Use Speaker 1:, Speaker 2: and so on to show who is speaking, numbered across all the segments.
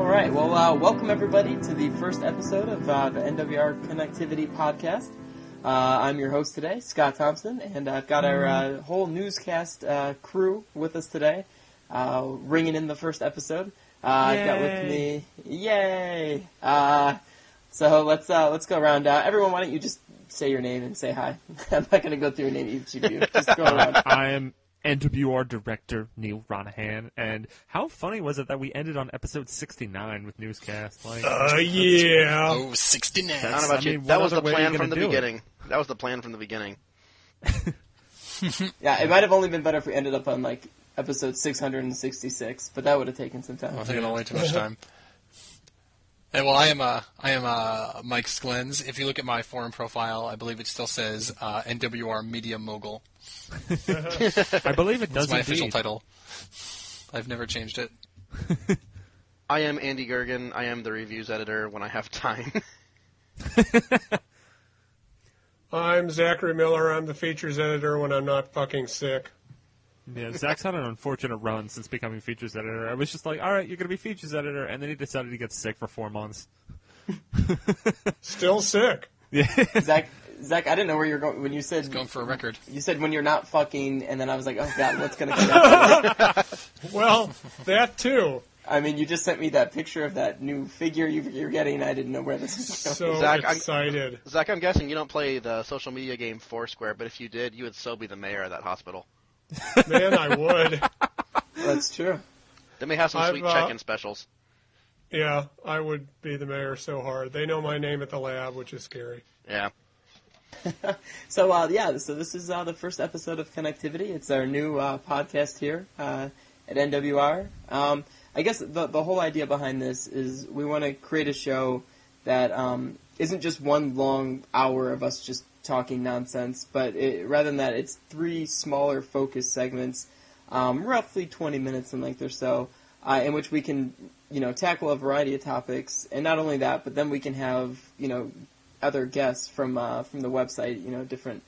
Speaker 1: Uh, welcome, everybody, to the first episode of uh, the NWR Connectivity Podcast. Uh, I'm your host today, Scott Thompson, and I've got our uh, whole newscast uh, crew with us today, uh, ringing in the first episode. Uh, I've got with me, yay! Uh, so let's uh, let's go around. Uh, everyone, why don't you just say your name and say hi? I'm not going to go through your name each of you. Just go around.
Speaker 2: I am NWR director Neil Ronahan, and how funny was it that we ended on episode 69 with newscast? Like,
Speaker 3: Oh yeah.
Speaker 4: Oh, 69.
Speaker 2: That's-
Speaker 5: I don't know about
Speaker 2: I
Speaker 5: you.
Speaker 2: mean,
Speaker 5: That
Speaker 2: what
Speaker 5: was
Speaker 2: other
Speaker 5: the
Speaker 2: way are you
Speaker 5: plan
Speaker 2: gonna
Speaker 5: from the
Speaker 2: do it?
Speaker 5: beginning. That was the plan from the beginning.
Speaker 1: Yeah, it might have only been better if we ended up on like episode 666, but that would have taken some time.
Speaker 4: I'm taking way too much time. And well, I am uh, I am uh, Mike Sklens. If you look at my forum profile, I believe it still says uh, NWR Media Mogul.
Speaker 2: I believe it
Speaker 4: That's
Speaker 2: does
Speaker 4: my official
Speaker 2: indeed.
Speaker 4: title. I've never changed it.
Speaker 5: I am Andy Gergen. I am the reviews editor when I have time.
Speaker 3: I'm Zachary Miller. I'm the features editor when I'm not fucking sick.
Speaker 2: Yeah, Zach's had an unfortunate run since becoming features editor. I was just like, all right, you're going to be features editor, and then he decided he gets sick for four months.
Speaker 3: Still sick.
Speaker 1: Zach, Zach, I didn't know where you're going when you said
Speaker 4: Going for a record.
Speaker 1: you said when you're not fucking, and then I was like, oh god, what's gonna come out?
Speaker 3: Well, that too.
Speaker 1: I mean, you just sent me that picture of that new figure you, you're getting. I didn't know where this was going.
Speaker 3: So
Speaker 5: Zach, I-
Speaker 3: excited.
Speaker 5: Zach, I'm guessing you don't play the social media game Foursquare, but if you did, you would so be the mayor of that hospital.
Speaker 3: Man, I would.
Speaker 1: That's true.
Speaker 5: They may have some
Speaker 3: I've,
Speaker 5: sweet
Speaker 3: uh,
Speaker 5: check-in specials.
Speaker 3: Yeah, I would be the mayor so hard. They know my name at the lab, which is scary.
Speaker 5: Yeah.
Speaker 1: So uh, yeah, so this is uh, the first episode of Connectivity. It's our new uh, podcast here uh, at NWR. Um, I guess the the whole idea behind this is we want to create a show that um, isn't just one long hour of us just talking nonsense, but it, rather than that, it's three smaller focus segments, um, roughly 20 minutes in length or so, uh, in which we can you know tackle a variety of topics, and not only that, but then we can have you know other guests from uh, from the website. You know, different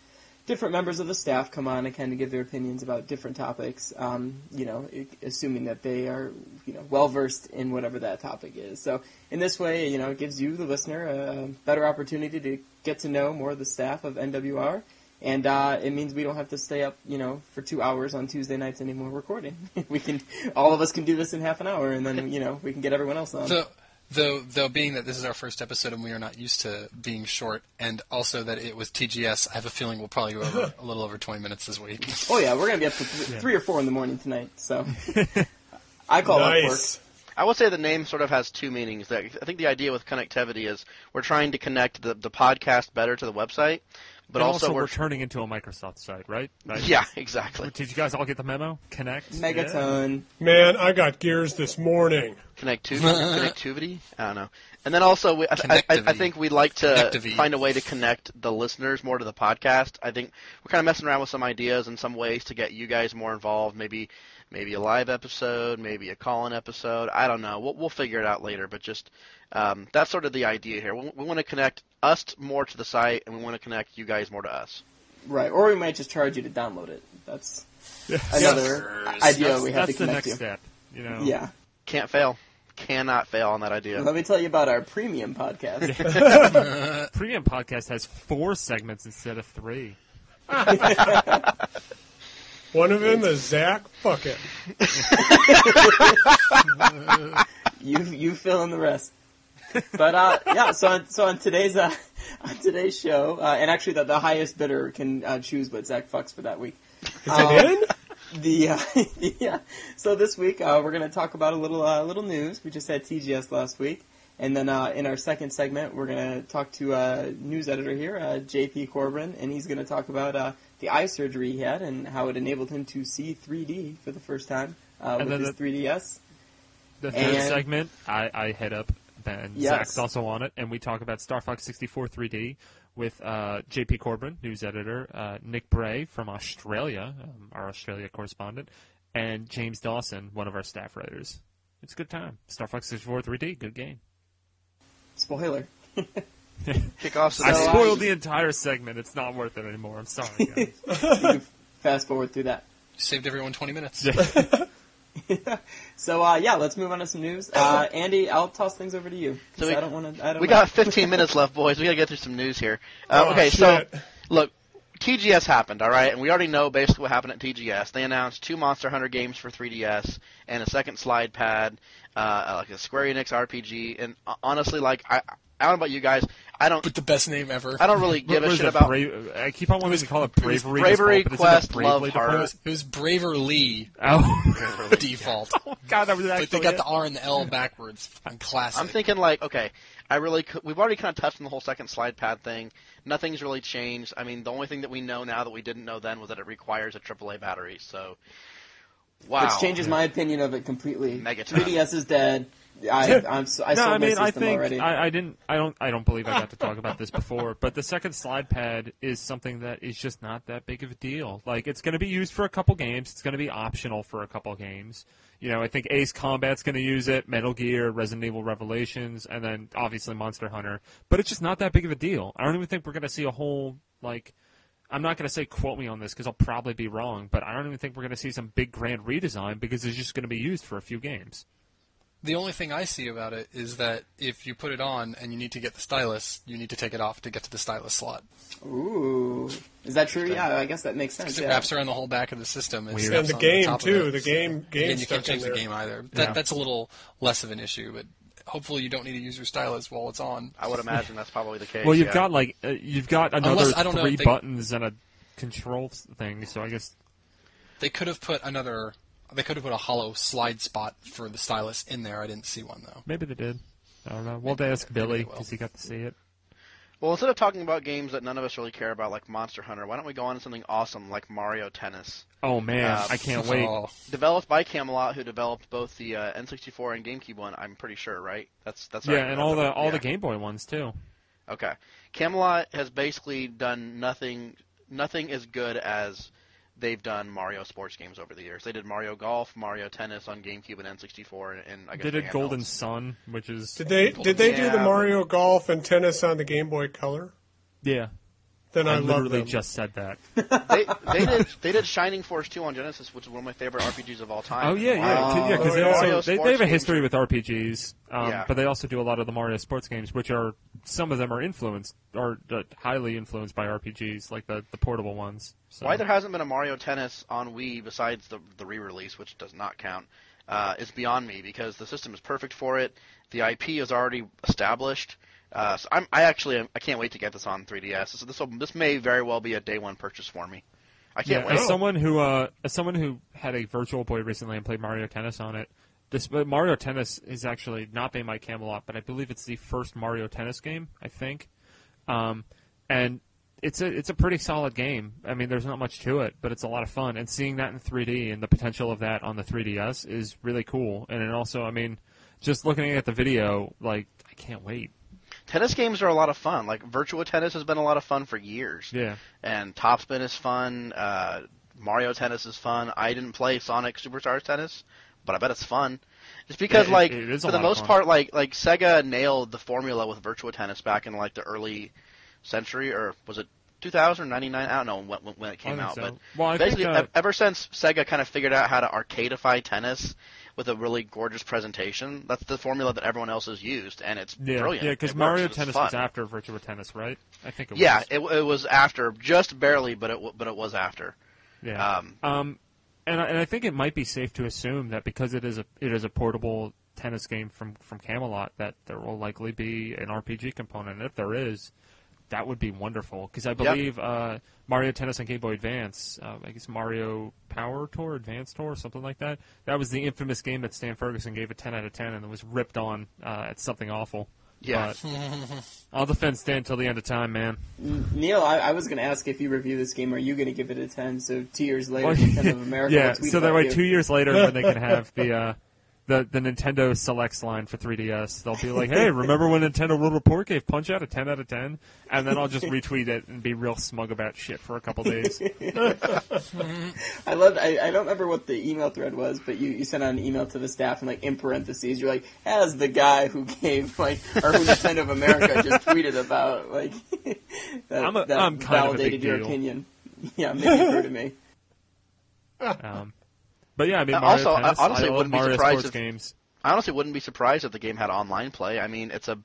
Speaker 1: different members of the staff come on and kind of give their opinions about different topics. Um, you know, i- assuming that they are you know well versed in whatever that topic is. So in this way, you know, it gives you the listener a better opportunity to get to know more of the staff of NWR. And uh, it means we don't have to stay up, you know, for two hours on Tuesday nights anymore recording. we can, all of us can do this in half an hour, and then you know we can get everyone else on.
Speaker 4: Though, though, though, being that this is our first episode and we are not used to being short, and also that it was TGS, I have a feeling we'll probably go over a little over 20 minutes this week.
Speaker 1: Oh yeah, we're gonna be up to th- three or four in the morning tonight. So I call off work.
Speaker 3: Nice.
Speaker 5: I would say the name sort of has two meanings. That- I think the idea with connectivity is we're trying to connect the, the podcast better to the website, but
Speaker 2: and also, we're,
Speaker 5: we're...
Speaker 2: turning into a Microsoft site, right? Like,
Speaker 5: yeah, exactly.
Speaker 2: Did you guys all get the memo? Connect? Yeah.
Speaker 1: Megaton.
Speaker 3: Man, I got gears this morning.
Speaker 5: connectivity, connectivity. I don't know. And then also, we, I, I, I I
Speaker 4: Connectivity.
Speaker 5: think we like to
Speaker 4: Connectivity.
Speaker 5: find a way to connect the listeners more to the podcast. I think we're kind of messing around with some ideas and some ways to get you guys more involved. Maybe, maybe a live episode, maybe a call-in episode. I don't know. We'll, we'll figure it out later. But just um, that's sort of the idea here. We, we want to connect us more to the site, and we want to connect you guys more to us.
Speaker 1: Right, or we might just charge you to download it. That's another idea we have
Speaker 2: That's the
Speaker 1: to connect
Speaker 2: next
Speaker 1: you.
Speaker 2: step. You know,
Speaker 1: Yeah.
Speaker 5: Can't fail. Cannot fail on that idea.
Speaker 1: Let me tell you about our premium podcast.
Speaker 2: Premium Podcast has four segments instead of three.
Speaker 3: One of them is Zach. Fuck it.
Speaker 1: you you fill in the rest. But uh, yeah, so on, so on today's uh, on today's show, uh, and actually the, the highest bidder can uh, choose what Zach fucks for that week. Um,
Speaker 3: Is it in?
Speaker 1: The, uh, the uh, so this week uh, we're going to talk about a little uh, little news. We just had TGS last week, and then uh, in our second segment we're going to talk to uh, news editor here, uh, JP Corbin, and he's going to talk about uh, the eye surgery he had and how it enabled him to see 3D for the first time uh, with
Speaker 2: then
Speaker 1: his
Speaker 2: the-
Speaker 1: 3DS.
Speaker 2: The third
Speaker 1: And-
Speaker 2: segment, I, I head up, and
Speaker 1: Yes.
Speaker 2: Zach's also on it, and we talk about Star Fox 64 3D with uh, JP Corbin, news editor, uh, Nick Bray from Australia, um, our Australia correspondent, and James Dawson, one of our staff writers. It's a good time. Star Fox 64 3D, good game.
Speaker 1: Spoiler.
Speaker 5: Kick off.
Speaker 2: I
Speaker 1: So, uh,
Speaker 2: spoiled the entire segment. It's not worth it anymore. I'm sorry, guys.
Speaker 1: You can fast forward through that.
Speaker 4: You saved everyone 20 minutes.
Speaker 1: so uh, yeah, let's move on to some news. Uh, Andy, I'll toss things over to you. 'cause
Speaker 5: So we-
Speaker 1: I don't want to.
Speaker 5: We got 15 minutes left, boys. We got to get through some news here. Uh,
Speaker 3: Oh,
Speaker 5: okay, so
Speaker 3: shit.
Speaker 5: look, TGS happened, all right, and we already know basically what happened at TGS. They announced two Monster Hunter games for 3DS and a second slide pad, uh, like a Square Enix RPG. And uh, honestly, like I, I don't know about you guys, I don't,
Speaker 4: But the best name ever.
Speaker 5: I don't really give
Speaker 2: What
Speaker 5: a
Speaker 2: is
Speaker 5: shit
Speaker 2: it,
Speaker 5: about.
Speaker 2: Brave- I keep on wanting to call it
Speaker 4: it was
Speaker 2: bravery.
Speaker 5: Bravery,
Speaker 2: default, but
Speaker 5: Quest,
Speaker 2: isn't it Bravely
Speaker 5: Love,
Speaker 2: default?
Speaker 4: It was, it was Braver Lee
Speaker 2: Oh,
Speaker 4: default.
Speaker 2: God, that was actually.
Speaker 4: Like they got
Speaker 2: it.
Speaker 4: the R and the L backwards. Fucking classic.
Speaker 5: I'm thinking like, okay, I really could, we've already kind of touched on the whole second slide pad thing. Nothing's really changed. I mean, the only thing that we know now that we didn't know then was that it requires a AAA battery. So, wow,
Speaker 1: Which changes my opinion of it completely.
Speaker 5: Megaton.
Speaker 1: 3DS is dead. I, I'm, so- I
Speaker 2: no,
Speaker 1: sold
Speaker 2: I
Speaker 1: my
Speaker 2: mean, I
Speaker 1: system
Speaker 2: think
Speaker 1: already.
Speaker 2: I, I didn't. I don't. I don't believe I got to talk about this before. But the second slide pad is something that is just not that big of a deal. Like it's going to be used for a couple games. It's going to be optional for a couple games. You know, I think Ace Combat's going to use it, Metal Gear, Resident Evil Revelations, and then obviously Monster Hunter. But it's just not that big of a deal. I don't even think we're going to see a whole like. I'm not going to say quote me on this because I'll probably be wrong, but I don't even think we're going to see some big grand redesign because it's just going to be used for a few games.
Speaker 4: The only thing I see about it is that if you put it on and you need to get the stylus, you need to take it off to get to the stylus slot.
Speaker 1: Ooh, is that true? Yeah, I guess that makes sense.
Speaker 4: Because it
Speaker 1: Yeah.
Speaker 4: wraps around the whole back of the system. And,
Speaker 2: Weird.
Speaker 3: And
Speaker 4: snaps
Speaker 3: the
Speaker 4: onto
Speaker 3: game
Speaker 4: top of
Speaker 3: too.
Speaker 4: it.
Speaker 3: The game game
Speaker 4: Again, you can't
Speaker 3: stuck in
Speaker 4: change
Speaker 3: there.
Speaker 4: the game either.
Speaker 2: Yeah.
Speaker 4: That, that's a little less of an issue, but hopefully you don't need to use your stylus while it's on.
Speaker 5: I would imagine that's probably the case.
Speaker 2: Well, you've
Speaker 5: yeah.
Speaker 2: got like uh, you've got another
Speaker 4: Unless- I don't know
Speaker 2: three
Speaker 4: if they-
Speaker 2: buttons and a control s- thing, so I guess
Speaker 4: They could have put another. They could have put a hollow slide spot for the stylus in there. I didn't see one
Speaker 5: Oh.
Speaker 4: though.
Speaker 2: maybe they did. I don't know. We'll have to ask Billy
Speaker 4: will.
Speaker 2: because he got to see it.
Speaker 5: Well, instead of talking about games that none of us really care about, like Monster Hunter, why don't we go on to something awesome like Mario Tennis?
Speaker 2: Oh man,
Speaker 5: Uh,
Speaker 2: I can't wait.
Speaker 4: Oh,
Speaker 5: Developed by Camelot, who developed both the uh, N64 and GameCube one, I'm pretty sure, right? That's that's
Speaker 2: yeah,
Speaker 5: right.
Speaker 2: and all the all
Speaker 5: Yeah.
Speaker 2: the Game Boy ones too.
Speaker 5: Okay, Camelot has basically done nothing. Nothing as good as they've done Mario sports games over the years. They did Mario Golf, Mario Tennis on GameCube and N64, and, and I guess
Speaker 2: They did
Speaker 5: handhelds.
Speaker 2: Golden Sun, which is
Speaker 3: Did they did they do
Speaker 5: Yeah,
Speaker 3: the
Speaker 5: but-
Speaker 3: Mario Golf and tennis on the Game Boy Color?
Speaker 2: yeah.
Speaker 3: Then I,
Speaker 2: I
Speaker 3: love
Speaker 2: literally
Speaker 3: them.
Speaker 2: just said that.
Speaker 5: they, they did they did Shining Force 2 on Genesis, which is one of my favorite RPGs of all time.
Speaker 2: Oh yeah, yeah,
Speaker 1: Wow.
Speaker 2: 'cause- yeah. Because they
Speaker 3: Oh, yeah.
Speaker 2: also they,
Speaker 5: Mario
Speaker 2: they
Speaker 5: sports
Speaker 2: have a
Speaker 5: games
Speaker 2: history
Speaker 5: are-
Speaker 2: with RPGs, um,
Speaker 5: Yeah.
Speaker 2: but they also do a lot of the Mario sports games, which are some of them are influenced are uh, highly influenced by RPGs, like the the portable ones. So.
Speaker 5: Why there hasn't been a Mario Tennis on Wii besides the the re-release, which does not count, uh, is beyond me because the system is perfect for it. The IP is already established. Uh, so I'm, I actually am, I can't wait to get this on 3DS. So this will, this may very well be a day one purchase for me. I
Speaker 2: Yeah,
Speaker 5: can't
Speaker 2: as
Speaker 5: wait. Oh.
Speaker 2: someone who uh, as someone who had a Virtual Boy recently and played Mario Tennis on it, this but Mario Tennis is actually not made by Camelot, but I believe it's the first Mario Tennis game. I think, um, and it's a it's a pretty solid game. I mean, there's not much to it, but it's a lot of fun. And seeing that in 3D and the potential of that on the 3DS is really cool. And it also, I mean, just looking at the video, like I can't wait.
Speaker 5: Tennis games are a lot of fun. Like Virtua Tennis has been a lot of fun for years.
Speaker 2: Yeah.
Speaker 5: and Topspin is fun. Uh, Mario Tennis is fun. I didn't play Sonic Superstars Tennis, but I bet it's fun. Just because,
Speaker 2: It-
Speaker 5: like,
Speaker 2: it is a
Speaker 5: for the
Speaker 2: lot of
Speaker 5: most
Speaker 2: fun.
Speaker 5: part, like, like Sega nailed the formula with Virtua Tennis back in like the early century, or was it 2099? I don't know when, when- when it
Speaker 2: I
Speaker 5: came
Speaker 2: think
Speaker 5: out,
Speaker 2: so.
Speaker 5: but
Speaker 2: Well, I think,
Speaker 5: basically,
Speaker 2: uh,
Speaker 5: e- ever since Sega kind of figured out how to arcadeify tennis with a really gorgeous presentation, that's the formula that everyone else has used, and it's
Speaker 2: Yeah,
Speaker 5: brilliant.
Speaker 2: yeah,
Speaker 5: It
Speaker 2: because
Speaker 5: works.
Speaker 2: Mario
Speaker 5: It's
Speaker 2: Tennis
Speaker 5: fun.
Speaker 2: was after Virtua Tennis, right? I think it was.
Speaker 5: Yeah, it, it was after, just barely, but it w- but it was after.
Speaker 2: Yeah.
Speaker 5: Um,
Speaker 2: Um, and I, and I think it might be safe to assume that because it is a it is a portable tennis game from from Camelot, that there will likely be an RPG component. And if there is, that would be wonderful because I believe uh, Mario Tennis on Game Boy Advance, uh, I guess Mario Power Tour, Advance Tour, something like that. That was the infamous game that Stan Ferguson gave a ten out of ten, and it was ripped on uh, at something awful.
Speaker 5: Yeah.
Speaker 2: But I'll defend Stan till the end of time, man.
Speaker 1: Neil, I, I was going to ask if you review this game, are you going to give it a ten? So two years later, Nintendo of America.
Speaker 2: yeah,
Speaker 1: will tweet
Speaker 2: so that
Speaker 1: about
Speaker 2: way
Speaker 1: you.
Speaker 2: two years later when they can have the uh, the the Nintendo Selects line for 3DS, they'll be like, "Hey, remember when Nintendo World Report gave Punch Out a 10 out of 10?" And then I'll just retweet it and be real smug about shit for a couple days.
Speaker 1: I love. I, I don't remember what the email thread was, but you, you sent out an email to the staff and like in parentheses, you're like, as the guy who gave like or who Nintendo of America just tweeted about like that,
Speaker 2: I'm a-
Speaker 1: that
Speaker 2: I'm kind of a
Speaker 1: validated
Speaker 2: big
Speaker 1: your
Speaker 2: deal.
Speaker 1: opinion. Yeah, maybe it occurred to me.
Speaker 2: Um, But yeah, I mean,
Speaker 5: Uh,
Speaker 2: Mario
Speaker 5: also, I
Speaker 2: Tennis,
Speaker 5: honestly
Speaker 2: I love
Speaker 5: wouldn't be
Speaker 2: Mario
Speaker 5: surprised
Speaker 2: sports
Speaker 5: if-
Speaker 2: games.
Speaker 5: I honestly wouldn't be surprised if the game had online play. I mean, it's a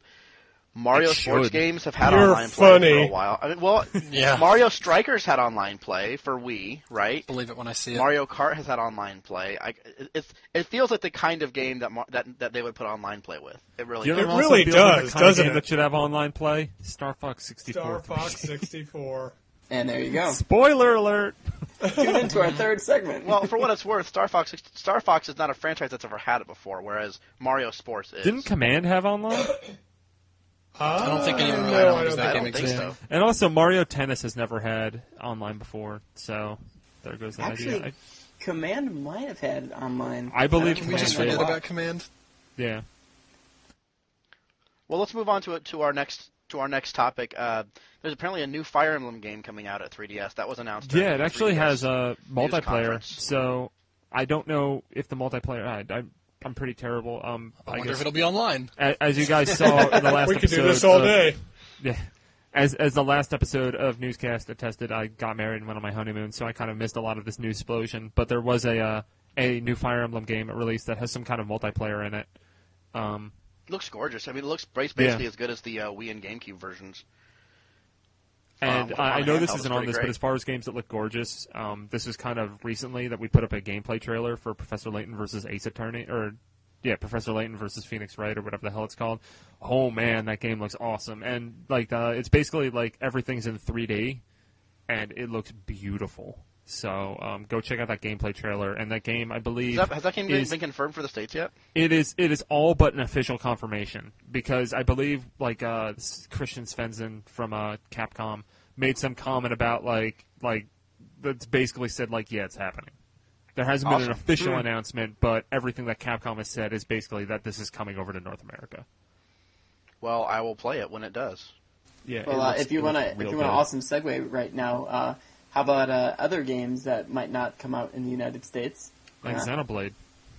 Speaker 5: Mario
Speaker 2: It
Speaker 5: sports
Speaker 2: should.
Speaker 5: games have had
Speaker 3: You're
Speaker 5: online play
Speaker 3: funny.
Speaker 5: for a while. I mean, well,
Speaker 4: Yeah.
Speaker 5: Mario Strikers had online play for Wii, right?
Speaker 4: Believe it when I see it.
Speaker 5: Mario Kart has had online play. I, it's it feels like the kind of game that Mar- that that they would put online play with. It really.
Speaker 2: You know
Speaker 5: does.
Speaker 2: what
Speaker 3: It
Speaker 2: also
Speaker 3: really
Speaker 2: feels like the
Speaker 3: does,
Speaker 2: kind of
Speaker 3: doesn't
Speaker 2: game
Speaker 3: it?
Speaker 2: That should have online play. Star Fox 64.
Speaker 3: Star Fox 64.
Speaker 1: And there you go.
Speaker 2: Spoiler alert.
Speaker 1: Tune into our third segment.
Speaker 5: well, for what it's worth, Star Fox Star Fox is not a franchise that's ever had it before, whereas Mario Sports is.
Speaker 2: Didn't Command have online?
Speaker 4: I don't think anyone really
Speaker 3: no, I
Speaker 4: remembers
Speaker 3: don't
Speaker 4: that
Speaker 5: I
Speaker 4: game
Speaker 5: don't think
Speaker 4: existing.
Speaker 5: so.
Speaker 2: And also, Mario Tennis has never had online before, so there goes that
Speaker 1: Actually,
Speaker 2: idea.
Speaker 1: Command might have had online.
Speaker 2: I believe
Speaker 1: don't
Speaker 4: Can we
Speaker 1: know.
Speaker 4: just
Speaker 2: Command
Speaker 4: forget
Speaker 2: did.
Speaker 4: about Command?
Speaker 2: Yeah.
Speaker 5: Well, let's move on to to our next to our next topic. Uh, there's apparently a new Fire Emblem game coming out at 3DS that was announced. during
Speaker 2: Yeah, it
Speaker 5: the
Speaker 2: actually
Speaker 5: 3DS.
Speaker 2: has a multiplayer,
Speaker 5: conference.
Speaker 2: so I don't know if the multiplayer. I, I, I'm pretty terrible. Um,
Speaker 4: I,
Speaker 2: I,
Speaker 4: wonder
Speaker 2: guess,
Speaker 4: if it'll be online.
Speaker 2: a- as you guys saw in the last
Speaker 3: We could
Speaker 2: episode,
Speaker 3: do this all
Speaker 2: of-
Speaker 3: day.
Speaker 2: Yeah. As as the last episode of Newscast attested, I got married and went on my honeymoon, so I kind of missed a lot of this news explosion. But there was a uh, a new Fire Emblem game released that has some kind of multiplayer in it. Um,
Speaker 5: looks gorgeous. I mean, it looks bas- basically
Speaker 2: Yeah.
Speaker 5: as good as the uh, Wii and GameCube versions.
Speaker 2: and
Speaker 5: Um,
Speaker 2: I, I know
Speaker 5: on hand,
Speaker 2: this
Speaker 5: that was
Speaker 2: isn't on
Speaker 5: pretty
Speaker 2: this, but
Speaker 5: great.
Speaker 2: as far as games that look gorgeous, um, this is kind of recently that we put up a gameplay trailer for Professor Layton versus Ace Attorney, or yeah, Professor Layton versus Phoenix Wright, or whatever the hell it's called. Oh man, that game looks awesome, and like uh, it's basically like everything's in 3D, and it looks beautiful. So um, go check out that gameplay trailer, and that game I believe
Speaker 5: Is that, has that game been,
Speaker 2: is-
Speaker 5: been confirmed for the states yet?
Speaker 2: it is it is all but an official confirmation because I believe like uh, s- Christian Svensson from uh, Capcom made some comment about like like that's basically said like yeah it's happening. There hasn't been an
Speaker 5: Awesome.
Speaker 2: official announcement, but everything that Capcom has said is basically that this is coming over to North America.
Speaker 5: Well, I will play it when it does.
Speaker 2: Yeah.
Speaker 1: Well,
Speaker 2: it
Speaker 1: uh,
Speaker 2: looks-
Speaker 1: if you
Speaker 2: it
Speaker 1: want to,
Speaker 2: looks
Speaker 1: if
Speaker 2: real
Speaker 1: you want an
Speaker 2: good.
Speaker 1: awesome segue right now, uh, how about uh, other games that might not come out in the United States?
Speaker 2: like
Speaker 1: Uh,
Speaker 2: Xenoblade.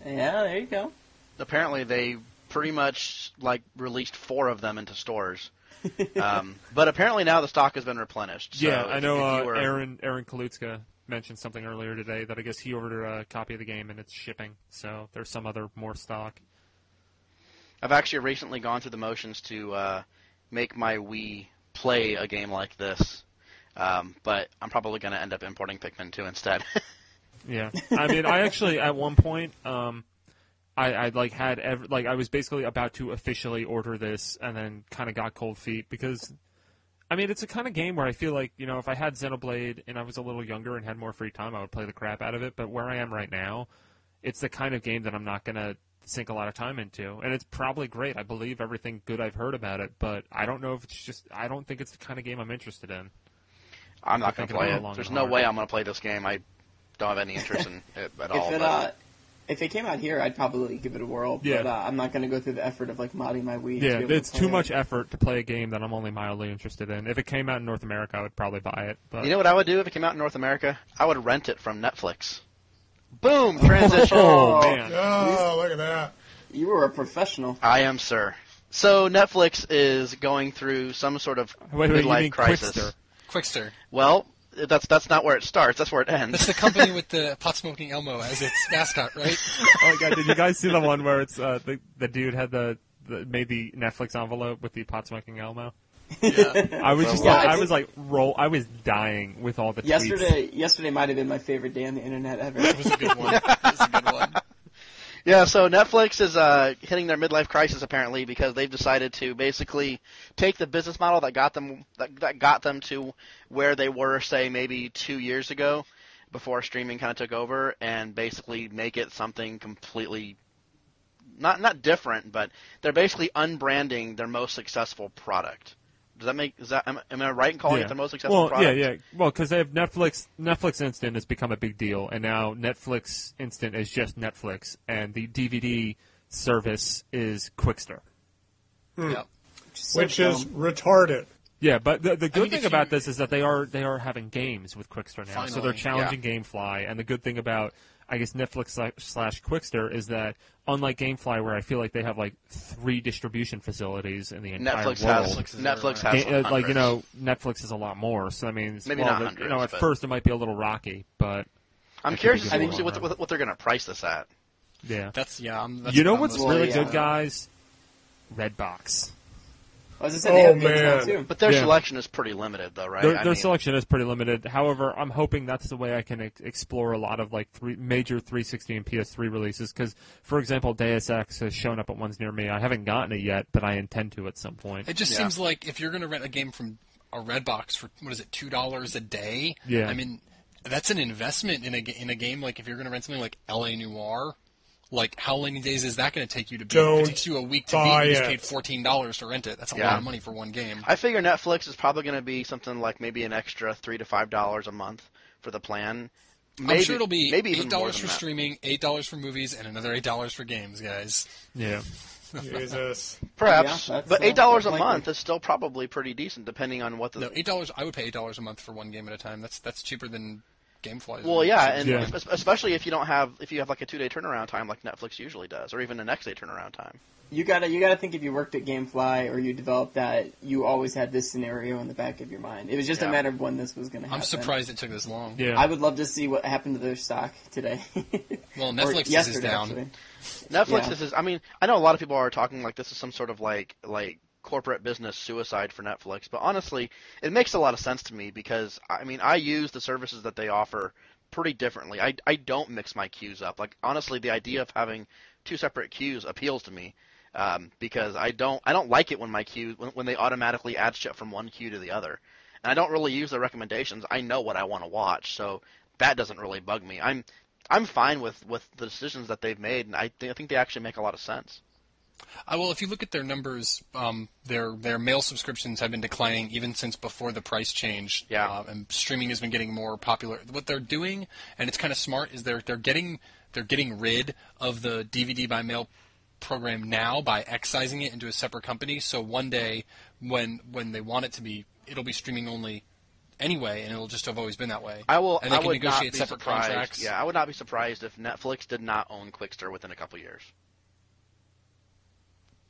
Speaker 1: yeah, there you go.
Speaker 5: Apparently, they pretty much like released four of them into stores. um, but apparently now the stock has been replenished. So
Speaker 2: yeah, I
Speaker 5: if-
Speaker 2: know.
Speaker 5: if you
Speaker 2: uh,
Speaker 5: were-
Speaker 2: Aaron Aaron Kalutska mentioned something earlier today that I guess he ordered a copy of the game and it's shipping. So there's some other more stock.
Speaker 5: I've actually recently gone through the motions to uh, make my Wii play a game like this, um, but I'm probably going to end up importing Pikmin 2 instead.
Speaker 2: Yeah, I mean, I actually at one point, um, I, I like had ev- like I was basically about to officially order this, and then kind of got cold feet because, I mean, it's a kind of game where I feel like you know if I had Xenoblade and I was a little younger and had more free time, I would play the crap out of it. But where I am right now, it's the kind of game that I'm not gonna sink a lot of time into, and it's probably great. I believe everything good I've heard about it, but I don't know if it's just I don't think it's the kind of game I'm interested in.
Speaker 5: I'm not going to
Speaker 2: Thinking
Speaker 5: play
Speaker 2: about
Speaker 5: it.
Speaker 2: long
Speaker 5: There's
Speaker 2: and
Speaker 5: no
Speaker 2: hard.
Speaker 5: way I'm going to play this game. I don't have any interest in it at all.
Speaker 1: if it
Speaker 5: but-
Speaker 1: uh, if it came out here, I'd probably give it a whirl.
Speaker 2: Yeah.
Speaker 1: But uh, I'm not going to go through the effort of like modding my Wii. to
Speaker 2: Yeah,
Speaker 1: be able to
Speaker 2: it's
Speaker 1: play
Speaker 2: too
Speaker 1: it.
Speaker 2: much effort to play a game that I'm only mildly interested in. If it came out in North America, I would probably buy it. But
Speaker 5: You know what I would do if it came out in North America? I would rent it from Netflix. Boom, transition.
Speaker 2: oh man,
Speaker 3: Oh, look at that.
Speaker 1: You were a professional.
Speaker 5: I am, sir. So Netflix is going through some sort of
Speaker 2: Wait, wait, you
Speaker 5: midlife
Speaker 2: mean
Speaker 5: crisis.
Speaker 2: Quickster.
Speaker 4: Quickster.
Speaker 5: Well, that's that's not where it starts. That's where it
Speaker 4: That's
Speaker 5: ends.
Speaker 4: the company with the pot smoking Elmo as its mascot, right?
Speaker 2: oh my god, did you guys see the one where it's uh, the the dude had the, the made the Netflix envelope with the pot smoking Elmo?
Speaker 4: Yeah.
Speaker 2: I was
Speaker 5: Well,
Speaker 2: just
Speaker 1: yeah,
Speaker 2: like,
Speaker 1: I
Speaker 2: I
Speaker 1: did-
Speaker 2: was like roll, I was dying with all the tweets.
Speaker 1: Yesterday, yesterday might have been my favorite day on the internet
Speaker 4: It
Speaker 1: ever.
Speaker 4: was a good one. It was a good one.
Speaker 5: Yeah, so Netflix is uh, hitting their midlife crisis apparently because they've decided to basically take the business model that got them that, that got them to where they were, say maybe two years ago, before streaming kind of took over, and basically make it something completely not not different, but they're basically unbranding their most successful product. Does that make is that am, am I right in calling
Speaker 2: Yeah.
Speaker 5: it their most successful
Speaker 2: Well, yeah,
Speaker 5: product?
Speaker 2: yeah. Well, because they have Netflix. Netflix Instant has become a big deal, and now Netflix Instant is just Netflix, and the DVD service is Quickster.
Speaker 4: Yeah.
Speaker 1: So
Speaker 3: Hmm. Which is
Speaker 1: dumb.
Speaker 3: retarded.
Speaker 2: Yeah, but the, the good
Speaker 4: mean,
Speaker 2: thing
Speaker 4: if
Speaker 2: about
Speaker 4: you-
Speaker 2: this is that they are they are having games with Quickster now, so they're
Speaker 4: Finally,
Speaker 2: challenging GameFly. And the good thing about I guess Netflix slash- slash Quickster is that unlike GameFly, where I feel like they have like three distribution facilities in the entire
Speaker 5: Netflix
Speaker 2: world,
Speaker 5: has
Speaker 4: Netflix is
Speaker 5: Netflix
Speaker 4: everywhere.
Speaker 5: has
Speaker 2: Ga- uh, like you
Speaker 5: hundreds.
Speaker 2: know Netflix is a lot more. So I mean, it's-
Speaker 5: Maybe
Speaker 2: well,
Speaker 5: not
Speaker 2: the- you know
Speaker 5: hundreds,
Speaker 2: at
Speaker 5: but-
Speaker 2: first it might be a little rocky, but
Speaker 5: I'm
Speaker 2: could
Speaker 5: curious
Speaker 2: be
Speaker 5: to see,
Speaker 2: good
Speaker 5: see what,
Speaker 2: for
Speaker 5: what, what they're going to price this at.
Speaker 2: Yeah.
Speaker 4: That's yeah. I'm, that's
Speaker 2: you know
Speaker 4: what I'm
Speaker 2: what's
Speaker 4: listening
Speaker 2: really
Speaker 1: yeah.
Speaker 2: good, guys? Redbox.
Speaker 1: I was just saying they
Speaker 3: Oh,
Speaker 1: have games now
Speaker 3: man.
Speaker 1: too.
Speaker 5: But their
Speaker 2: Yeah.
Speaker 5: selection is pretty limited, though, right?
Speaker 2: Their,
Speaker 5: I
Speaker 2: their
Speaker 5: mean,
Speaker 2: selection is pretty limited. However, I'm hoping that's the way I can ex- explore a lot of like three major 360 and PS3 releases. Because, for example, Deus Ex has shown up at ones near me. I haven't gotten it yet, but I intend to at some point.
Speaker 4: It just
Speaker 5: Yeah.
Speaker 4: seems like if you're going to rent a game from a Redbox for what is it, two dollars a day?
Speaker 2: Yeah.
Speaker 4: I mean, that's an investment in a ga- in a game. Like if you're going to rent something like L.A. Noir, like how many days is that going to take you to beat?
Speaker 3: Don't
Speaker 4: it takes you a week to beat.
Speaker 3: buy
Speaker 4: You just
Speaker 3: it.
Speaker 4: paid fourteen dollars to rent it. That's a
Speaker 5: Yeah.
Speaker 4: lot of money for one game.
Speaker 5: I figure Netflix is probably going to be something like maybe an extra three to five dollars a month for the plan. Maybe,
Speaker 4: I'm sure it'll be
Speaker 5: maybe even
Speaker 4: eight
Speaker 5: more
Speaker 4: dollars
Speaker 5: than
Speaker 4: for
Speaker 5: that.
Speaker 4: streaming, eight dollars for movies, and another eight dollars for games, guys.
Speaker 2: Yeah.
Speaker 3: Jesus.
Speaker 5: Perhaps,
Speaker 1: Yeah, that's
Speaker 5: but
Speaker 1: not-
Speaker 5: eight dollars a
Speaker 1: that's likely.
Speaker 5: month is still probably pretty decent, depending on what the.
Speaker 4: No, eight dollars. I would pay eight dollars a month for one game at a time. That's that's cheaper than GameFly.
Speaker 5: well, yeah, and
Speaker 2: Yeah.
Speaker 5: es- especially if you don't have if you have like a two day turnaround time, like Netflix usually does, or even a next day turnaround time.
Speaker 1: You gotta you gotta think if you worked at GameFly or you developed that, you always had this scenario in the back of your mind. It was just
Speaker 5: Yeah.
Speaker 1: a matter of when this was gonna happen.
Speaker 4: I'm surprised it took this long.
Speaker 2: Yeah.
Speaker 1: I would love to see what happened to their stock today.
Speaker 4: Well,
Speaker 1: Or
Speaker 4: Netflix is- is
Speaker 1: yesterday,
Speaker 4: down.
Speaker 1: actually.
Speaker 5: Netflix
Speaker 1: Yeah.
Speaker 5: this is I mean, I know a lot of people are talking like this is some sort of like like corporate business suicide for Netflix, but honestly, it makes a lot of sense to me because I mean, I use the services that they offer pretty differently. I I don't mix my queues up. Like honestly, the idea of having two separate queues appeals to me. Um, because I don't, I don't like it when my queue, when, when they automatically add shit from one queue to the other, and I don't really use the recommendations. I know what I want to watch, so that doesn't really bug me. I'm I'm fine with, with the decisions that they've made, and I, th- I think they actually make a lot of sense.
Speaker 4: Uh, well, if you look at their numbers, um, their their mail subscriptions have been declining even since before the price change.
Speaker 5: Yeah.
Speaker 4: Uh, and streaming has been getting more popular. What they're doing, and it's kind of smart, is they're they're getting they're getting rid of the DVD by mail program now by excising it into a separate company. So one day, when when they want it to be, it'll be streaming only anyway, and it'll just have always been that way.
Speaker 5: I will.
Speaker 4: And they
Speaker 5: I
Speaker 4: can
Speaker 5: would not be
Speaker 4: negotiate separate
Speaker 5: surprised.
Speaker 4: contracts.
Speaker 5: Yeah, I would not be surprised if Netflix did not own Quickster within a couple years.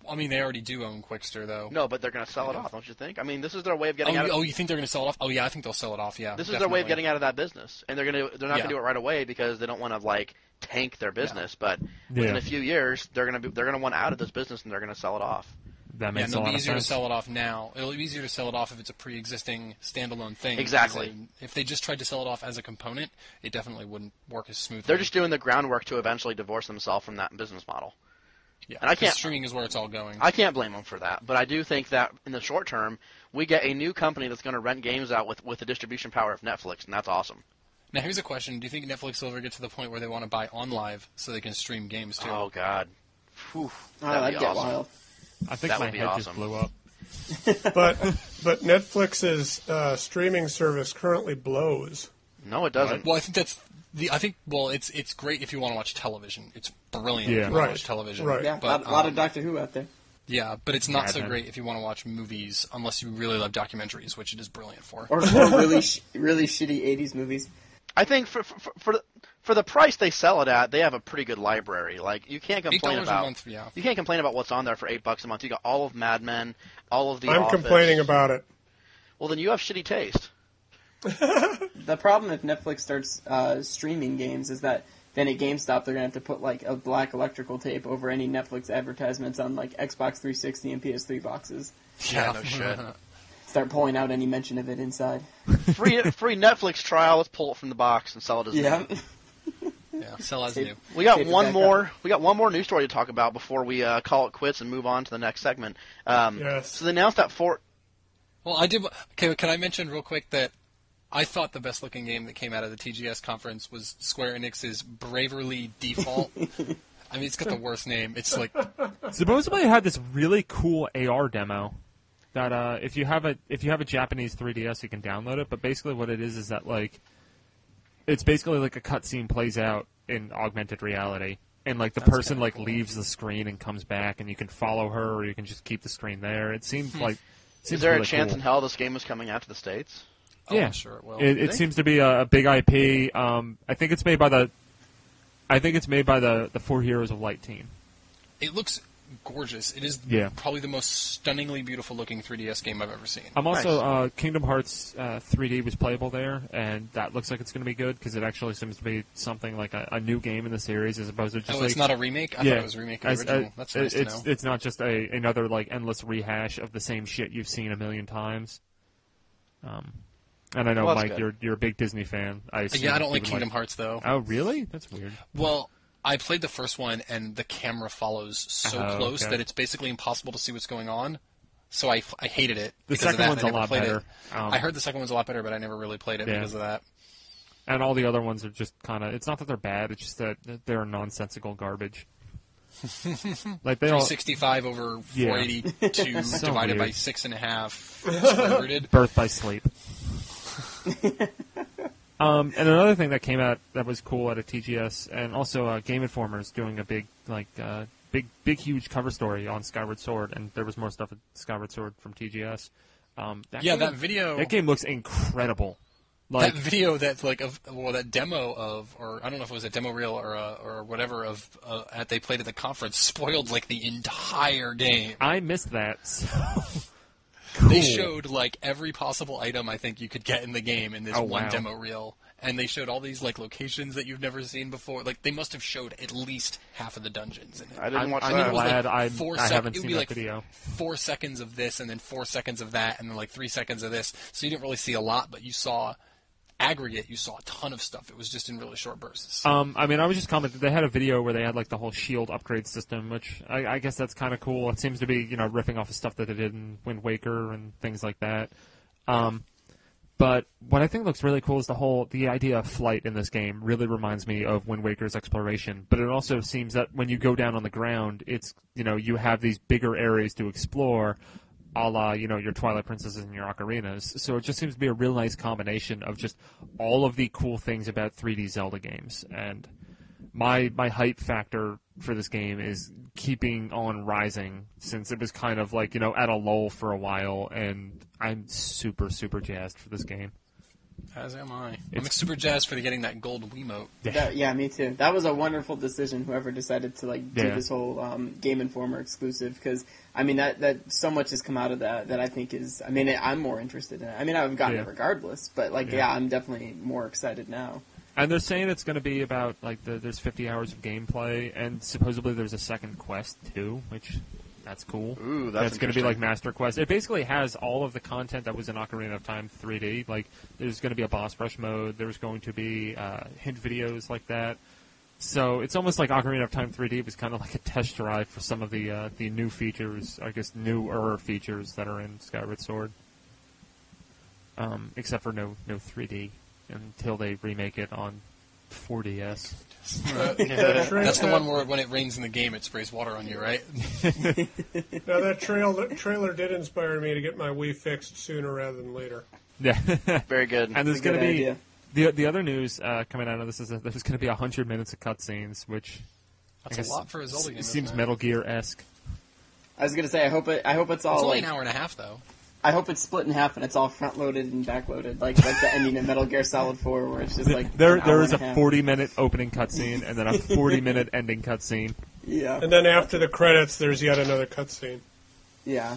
Speaker 4: I mean, they already do own Quickster though.
Speaker 5: No, but they're going to sell it off, don't you think? I mean, this is their way of
Speaker 4: Oh,
Speaker 5: getting
Speaker 4: you,
Speaker 5: out. Of,
Speaker 4: oh, you think they're going to sell it off? Oh, yeah, I think they'll sell it off. Yeah.
Speaker 5: this is their way of
Speaker 4: Oh, definitely.
Speaker 5: getting out of that business, and they're going to. They're not
Speaker 4: Yeah.
Speaker 5: going to do it right away because they don't want to like tank their business. But within
Speaker 2: Yeah.
Speaker 5: a few years, they're going to. They're going to want out of this business, and they're going to sell it off.
Speaker 2: That
Speaker 4: Yeah,
Speaker 2: makes
Speaker 4: and it'll
Speaker 2: a
Speaker 4: be
Speaker 2: lot of
Speaker 4: easier to
Speaker 2: sense.
Speaker 4: sell it off now. It'll be easier to sell it off if it's a pre-existing standalone thing.
Speaker 5: Exactly.
Speaker 4: Because it- If they just tried to sell it off as a component, it definitely wouldn't work as smoothly.
Speaker 5: They're just doing the groundwork to eventually divorce themselves from that business model.
Speaker 4: yeah.
Speaker 5: and I
Speaker 4: 'cause
Speaker 5: can't-
Speaker 4: Streaming is where it's all going.
Speaker 5: I can't blame them for that, but I do think that in the short term, we get a new company that's going to rent games out with, with the distribution power of Netflix, and that's awesome.
Speaker 4: now here's a question: Do you think Netflix will ever get to the point where they want to buy on live so they can stream games too?
Speaker 5: Oh God, Whew,
Speaker 1: Oh,
Speaker 5: that'd
Speaker 1: that'd
Speaker 5: be
Speaker 1: get
Speaker 5: awesome.
Speaker 1: wild.
Speaker 2: I think
Speaker 5: That
Speaker 2: my
Speaker 5: would be
Speaker 2: head just
Speaker 5: awesome.
Speaker 2: blew up.
Speaker 3: But but Netflix's uh, streaming service currently blows.
Speaker 5: No, it doesn't.
Speaker 4: Well, I think that's the. I think well, it's it's great if you want to watch television. It's brilliant
Speaker 2: Yeah.
Speaker 4: if you want
Speaker 3: Right.
Speaker 4: to watch television.
Speaker 3: Right.
Speaker 1: Yeah,
Speaker 4: But,
Speaker 1: a lot, lot of
Speaker 4: um,
Speaker 1: Doctor Who out there.
Speaker 4: Yeah, but it's not
Speaker 2: Mad
Speaker 4: so
Speaker 2: Men.
Speaker 4: great if you want to watch movies unless you really love documentaries, which it is brilliant for.
Speaker 1: Or, or really sh- really shitty 80s movies.
Speaker 5: I think for for for the, for the price they sell it at, they have a pretty good library. Like you can't
Speaker 4: Eight
Speaker 5: complain
Speaker 4: dollars
Speaker 5: about
Speaker 4: a month, yeah.
Speaker 5: you can't complain about what's on there for eight bucks a month. You got all of Mad Men, all of the.
Speaker 3: I'm
Speaker 5: Office.
Speaker 3: complaining about it.
Speaker 5: Well, then you have shitty taste.
Speaker 1: The problem if Netflix starts uh, streaming games is that then at GameStop they're gonna have to put like a black electrical tape over any Netflix advertisements on like Xbox 360 and PS3 boxes.
Speaker 5: Yeah, no shit.
Speaker 1: Start pulling out any mention of it inside.
Speaker 5: free free Netflix trial. Let's pull it from the box and sell it as
Speaker 1: Yeah,
Speaker 5: new.
Speaker 4: yeah, sell as
Speaker 1: Tape-
Speaker 4: new.
Speaker 5: We got
Speaker 1: Tape it
Speaker 5: one
Speaker 1: back
Speaker 5: more. We got one more news story to talk about before we uh, call it quits and move on to the next segment. Um,
Speaker 3: Yes.
Speaker 5: So they announced that Fort.
Speaker 4: Well, I did. Okay, can I mention real quick that I thought the best looking game that came out of the TGS conference was Square Enix's Braverly Default. I mean, it's got the worst name. It's like
Speaker 2: Supposedly, it had this really cool AR demo that uh, if you have a if you have a Japanese 3DS, you can download it. But basically, what it is is that like it's basically like a cutscene plays out in augmented reality, and like the person like leaves the screen and comes back, and you can follow her, or you can just keep the screen there. It seems like
Speaker 5: Hmm. Is
Speaker 2: seems
Speaker 5: there a
Speaker 2: really
Speaker 5: chance
Speaker 2: cool.
Speaker 5: in hell this game is coming out to the states?
Speaker 4: oh,
Speaker 2: yeah,
Speaker 4: I'm sure it will.
Speaker 2: It,
Speaker 5: Think?
Speaker 2: it seems to be a, a big IP. Um, I think it's made by the I think it's made by the the Four Heroes of Light team.
Speaker 4: It looks gorgeous. It is
Speaker 2: Yeah.
Speaker 4: probably the most stunningly beautiful looking 3DS game I've ever seen.
Speaker 2: I'm also
Speaker 5: Nice.
Speaker 2: uh, Kingdom Hearts uh, 3D was playable there, and that looks like it's going to be good because it actually seems to be something like a, a new game in the series as opposed to just
Speaker 4: oh,
Speaker 2: like
Speaker 4: it's not a remake. I
Speaker 2: yeah,
Speaker 4: thought it was a remake of
Speaker 2: as-
Speaker 4: the original.
Speaker 2: uh,
Speaker 4: That's nice to
Speaker 2: it's
Speaker 4: know.
Speaker 2: it's not just a another like endless rehash of the same shit you've seen a million times. Um, and I know
Speaker 5: Well, that's
Speaker 2: Mike,
Speaker 5: good.
Speaker 2: you're you're a big Disney fan. I
Speaker 4: But
Speaker 2: assume
Speaker 4: yeah, I don't
Speaker 2: you
Speaker 4: like
Speaker 2: would
Speaker 4: Kingdom Hearts though.
Speaker 2: Oh, really? That's weird.
Speaker 4: Well, I played the first one, and the camera follows so
Speaker 2: Oh,
Speaker 4: close
Speaker 2: okay.
Speaker 4: that it's basically impossible to see what's going on. So I, I hated it.
Speaker 2: The
Speaker 4: because of
Speaker 2: second
Speaker 4: that,
Speaker 2: one's
Speaker 4: and I
Speaker 2: a
Speaker 4: never
Speaker 2: lot
Speaker 4: played it.
Speaker 2: better. Um,
Speaker 4: I heard the second one's a lot better, but I never really played it
Speaker 2: Yeah.
Speaker 4: because of that.
Speaker 2: and all the other ones are just kind of. It's not that they're bad. It's just that they're nonsensical garbage. like they all
Speaker 4: 365 over
Speaker 2: Yeah.
Speaker 4: 482
Speaker 2: So
Speaker 4: divided by
Speaker 2: weird.
Speaker 4: six and a half square rooted.
Speaker 2: birth by sleep. um, and another thing that came out that was cool at a TGS, and also uh, Game Informer's doing a big like uh, big big huge cover story on Skyward Sword, and there was more stuff at Skyward Sword from TGS. Um, that
Speaker 4: Yeah,
Speaker 2: game-
Speaker 4: that video.
Speaker 2: that game looks incredible. Like
Speaker 4: that video that like of well that demo of or I don't know if it was a demo reel or uh, or whatever of uh, that they played at the conference spoiled like the entire game.
Speaker 2: I missed that. So.
Speaker 4: They
Speaker 2: Cool.
Speaker 4: showed like every possible item I think you could get in the game in this
Speaker 2: Oh,
Speaker 4: one
Speaker 2: wow.
Speaker 4: demo reel, and they showed all these like locations that you've never seen before. Like they must have showed at least half of the dungeons in it.
Speaker 5: I didn't
Speaker 2: I'm,
Speaker 5: watch
Speaker 2: I'm
Speaker 5: that.
Speaker 4: was like
Speaker 2: glad I,
Speaker 4: four
Speaker 2: I
Speaker 4: sec-
Speaker 2: haven't
Speaker 4: it would
Speaker 2: seen
Speaker 4: be
Speaker 2: that
Speaker 4: like
Speaker 2: video.
Speaker 4: four seconds of this and then four seconds of that and then like three seconds of this. So you didn't really see a lot, but you saw aggregate, you saw a ton of stuff. It was just in really short bursts.
Speaker 2: Um, I mean, I was just commenting. They had a video where they had like the whole shield upgrade system, which I, I guess that's kind of cool. It seems to be you know riffing off of stuff that they did in Wind Waker and things like that. Um, but what I think looks really cool is the whole the idea of flight in this game really reminds me of Wind Waker's exploration. But it also seems that when you go down on the ground, it's you know you have these bigger areas to explore, a la you know your Twilight Princesses and your Ocarinas. So it just seems to be a real nice combination of just all of the cool things about 3D Zelda games. And my my hype factor for this game is keeping on rising since it was kind of like you know at a lull for a while, and I'm super super jazzed for this game.
Speaker 4: As am I. I'm
Speaker 2: It's-
Speaker 4: super jazzed for getting that gold Wiimote.
Speaker 1: That, yeah, me too. That was a wonderful decision. Whoever decided to like
Speaker 2: Yeah.
Speaker 1: do this whole um, Game Informer exclusive, because I mean that that so much has come out of that that I think is. I mean, I'm more interested in it. I mean, I've gotten it
Speaker 2: Yeah.
Speaker 1: regardless, but like,
Speaker 2: Yeah.
Speaker 1: yeah. I'm definitely more excited now.
Speaker 2: And they're saying it's going to be about like the, there's 50 hours of gameplay, and supposedly there's a second quest too, which that's cool.
Speaker 5: Ooh, that's
Speaker 2: going to be
Speaker 5: interesting.
Speaker 2: like Master Quest. It basically has all of the content that was in Ocarina of Time 3D. Like there's going to be a boss rush mode. There's going to be uh, hint videos like that. So it's almost like Ocarina of Time 3D was kind of like a test drive for some of the uh, the new features, I guess newer features that are in Skyward Sword. Um, except for no no 3D until they remake it on 4DS.
Speaker 4: That's the one where when it rains in the game, it sprays water on you, right?
Speaker 3: Now that trail, trailer did inspire me to get my Wii fixed sooner rather than later.
Speaker 2: Yeah,
Speaker 5: Very good.
Speaker 2: and there's
Speaker 1: It's a
Speaker 2: going to
Speaker 1: good
Speaker 2: be
Speaker 1: idea.
Speaker 2: the the other news uh, coming out of this is that there's going to be hundred minutes of cutscenes, which I
Speaker 4: That's
Speaker 2: guess
Speaker 4: a lot for a Zelda game.
Speaker 2: s- seems
Speaker 4: isn't it?
Speaker 2: Metal Gear esque.
Speaker 1: I was gonna say, I hope it. I hope it's
Speaker 4: It's
Speaker 1: all
Speaker 4: only
Speaker 1: like.
Speaker 4: an hour and a half though.
Speaker 1: I hope it's split in half and it's all front loaded and back loaded, like like the ending of Metal Gear Solid Four, where it's just like
Speaker 2: There
Speaker 1: an hour
Speaker 2: there is a
Speaker 1: and half.
Speaker 2: 40 minute opening cutscene and then a 40 minute ending cutscene.
Speaker 1: Yeah,
Speaker 3: And then after the credits, there's yet another cutscene.
Speaker 1: yeah.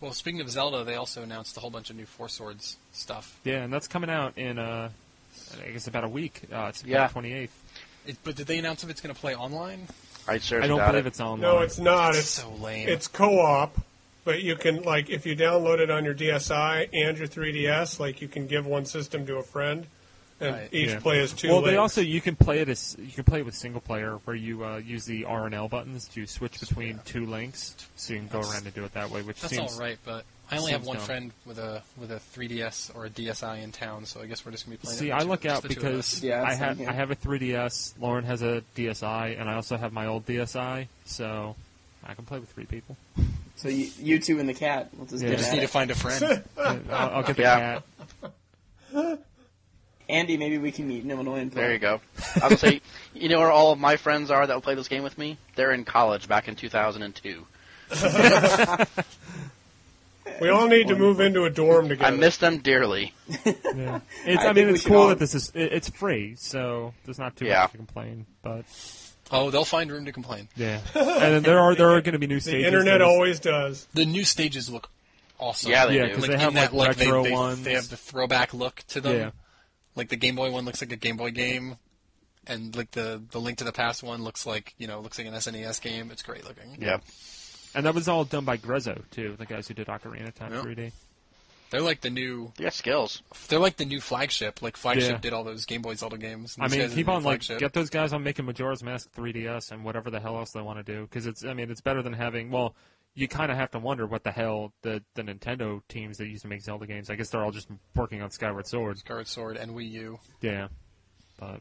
Speaker 4: Well, speaking of Zelda, they also announced a whole bunch of new Four Swords stuff.
Speaker 2: Yeah, and that's coming out in uh, I guess about a week. Uh, it's
Speaker 5: Yeah.
Speaker 2: 28th.
Speaker 4: It, but did they announce if it's going to play online?
Speaker 5: I
Speaker 2: I
Speaker 5: seriously
Speaker 2: don't
Speaker 5: doubt
Speaker 2: believe
Speaker 5: it.
Speaker 2: it's online.
Speaker 3: No, it's not. It's
Speaker 4: so lame.
Speaker 3: it's co-op, but you can like if you download it on your DSi and your 3DS, like you can give one system to a friend, and
Speaker 4: Right.
Speaker 3: each
Speaker 2: Yeah.
Speaker 3: play is two.
Speaker 2: Well, they
Speaker 3: links.
Speaker 2: also you can play it as you can play it with single player, where you uh, use the R and L buttons to switch between two links, so you can go around and do it that way. Which
Speaker 4: That's
Speaker 2: seems
Speaker 4: all right, but I only have
Speaker 2: seems
Speaker 4: one
Speaker 2: dumb.
Speaker 4: friend with a with a 3DS or a DSi in town, so I guess we're just going to be playing.
Speaker 2: See,
Speaker 4: it with
Speaker 2: I
Speaker 4: two-
Speaker 2: look
Speaker 4: just
Speaker 2: out
Speaker 4: the two of us.
Speaker 2: because
Speaker 1: Yeah,
Speaker 2: I
Speaker 1: same
Speaker 2: have
Speaker 1: here.
Speaker 2: I have a 3DS. Lauren has a DSi, and I also have my old DSi, so I can play with three people.
Speaker 1: So you, you two and the cat, we'll just
Speaker 2: Yeah.
Speaker 4: I
Speaker 1: get
Speaker 4: just
Speaker 1: at
Speaker 4: need to
Speaker 1: it.
Speaker 4: find a friend.
Speaker 2: I'll, I'll get the
Speaker 5: Yeah.
Speaker 2: cat.
Speaker 1: Andy, maybe we can meet in Illinois and play.
Speaker 5: There you go. I was gonna say, you know where all of my friends are that will play this game with me? They're in college back in 2002.
Speaker 3: we all need to move into a dorm together.
Speaker 5: I miss them dearly.
Speaker 2: Yeah. It's,
Speaker 1: I
Speaker 2: I, mean,
Speaker 1: think we
Speaker 2: it's
Speaker 1: should
Speaker 2: cool
Speaker 1: all-
Speaker 2: that this is it, it's free, so there's not too
Speaker 5: Yeah.
Speaker 2: much to complain. But
Speaker 4: Oh, they'll find room to complain.
Speaker 2: Yeah, and then there are there are going to be new
Speaker 3: The
Speaker 2: stages.
Speaker 3: internet
Speaker 2: that is-
Speaker 3: always does.
Speaker 4: The new stages look awesome.
Speaker 5: Yeah, they
Speaker 2: yeah,
Speaker 5: do.
Speaker 2: because
Speaker 4: like
Speaker 2: they
Speaker 4: in
Speaker 2: have
Speaker 4: that
Speaker 2: like
Speaker 4: like they,
Speaker 2: retro
Speaker 4: they,
Speaker 2: ones.
Speaker 4: they have the throwback look to them.
Speaker 2: Yeah.
Speaker 4: Like the Game Boy one looks like a Game Boy game, and like the the Link to the Past one looks like you know looks like an SNES game. It's great looking.
Speaker 5: Yeah.
Speaker 2: and that was all done by Grezzo too, the guys who did Ocarina of Time
Speaker 4: Yep.
Speaker 2: 3D.
Speaker 4: They're like the new
Speaker 5: They got skills.
Speaker 4: they're like the new flagship. Like flagship
Speaker 2: Yeah.
Speaker 4: did all those Game Boy Zelda games. and
Speaker 2: I
Speaker 4: these
Speaker 2: mean,
Speaker 4: guys are
Speaker 2: keep
Speaker 4: the new
Speaker 2: on like
Speaker 4: flagship.
Speaker 2: get those guys on making Majora's Mask 3DS and whatever the hell else they want to do because it's I mean it's better than having well you kind of have to wonder what the hell the the Nintendo teams that used to make Zelda games I guess they're all just working on Skyward Sword.
Speaker 4: Skyward Sword and Wii U.
Speaker 2: Yeah, but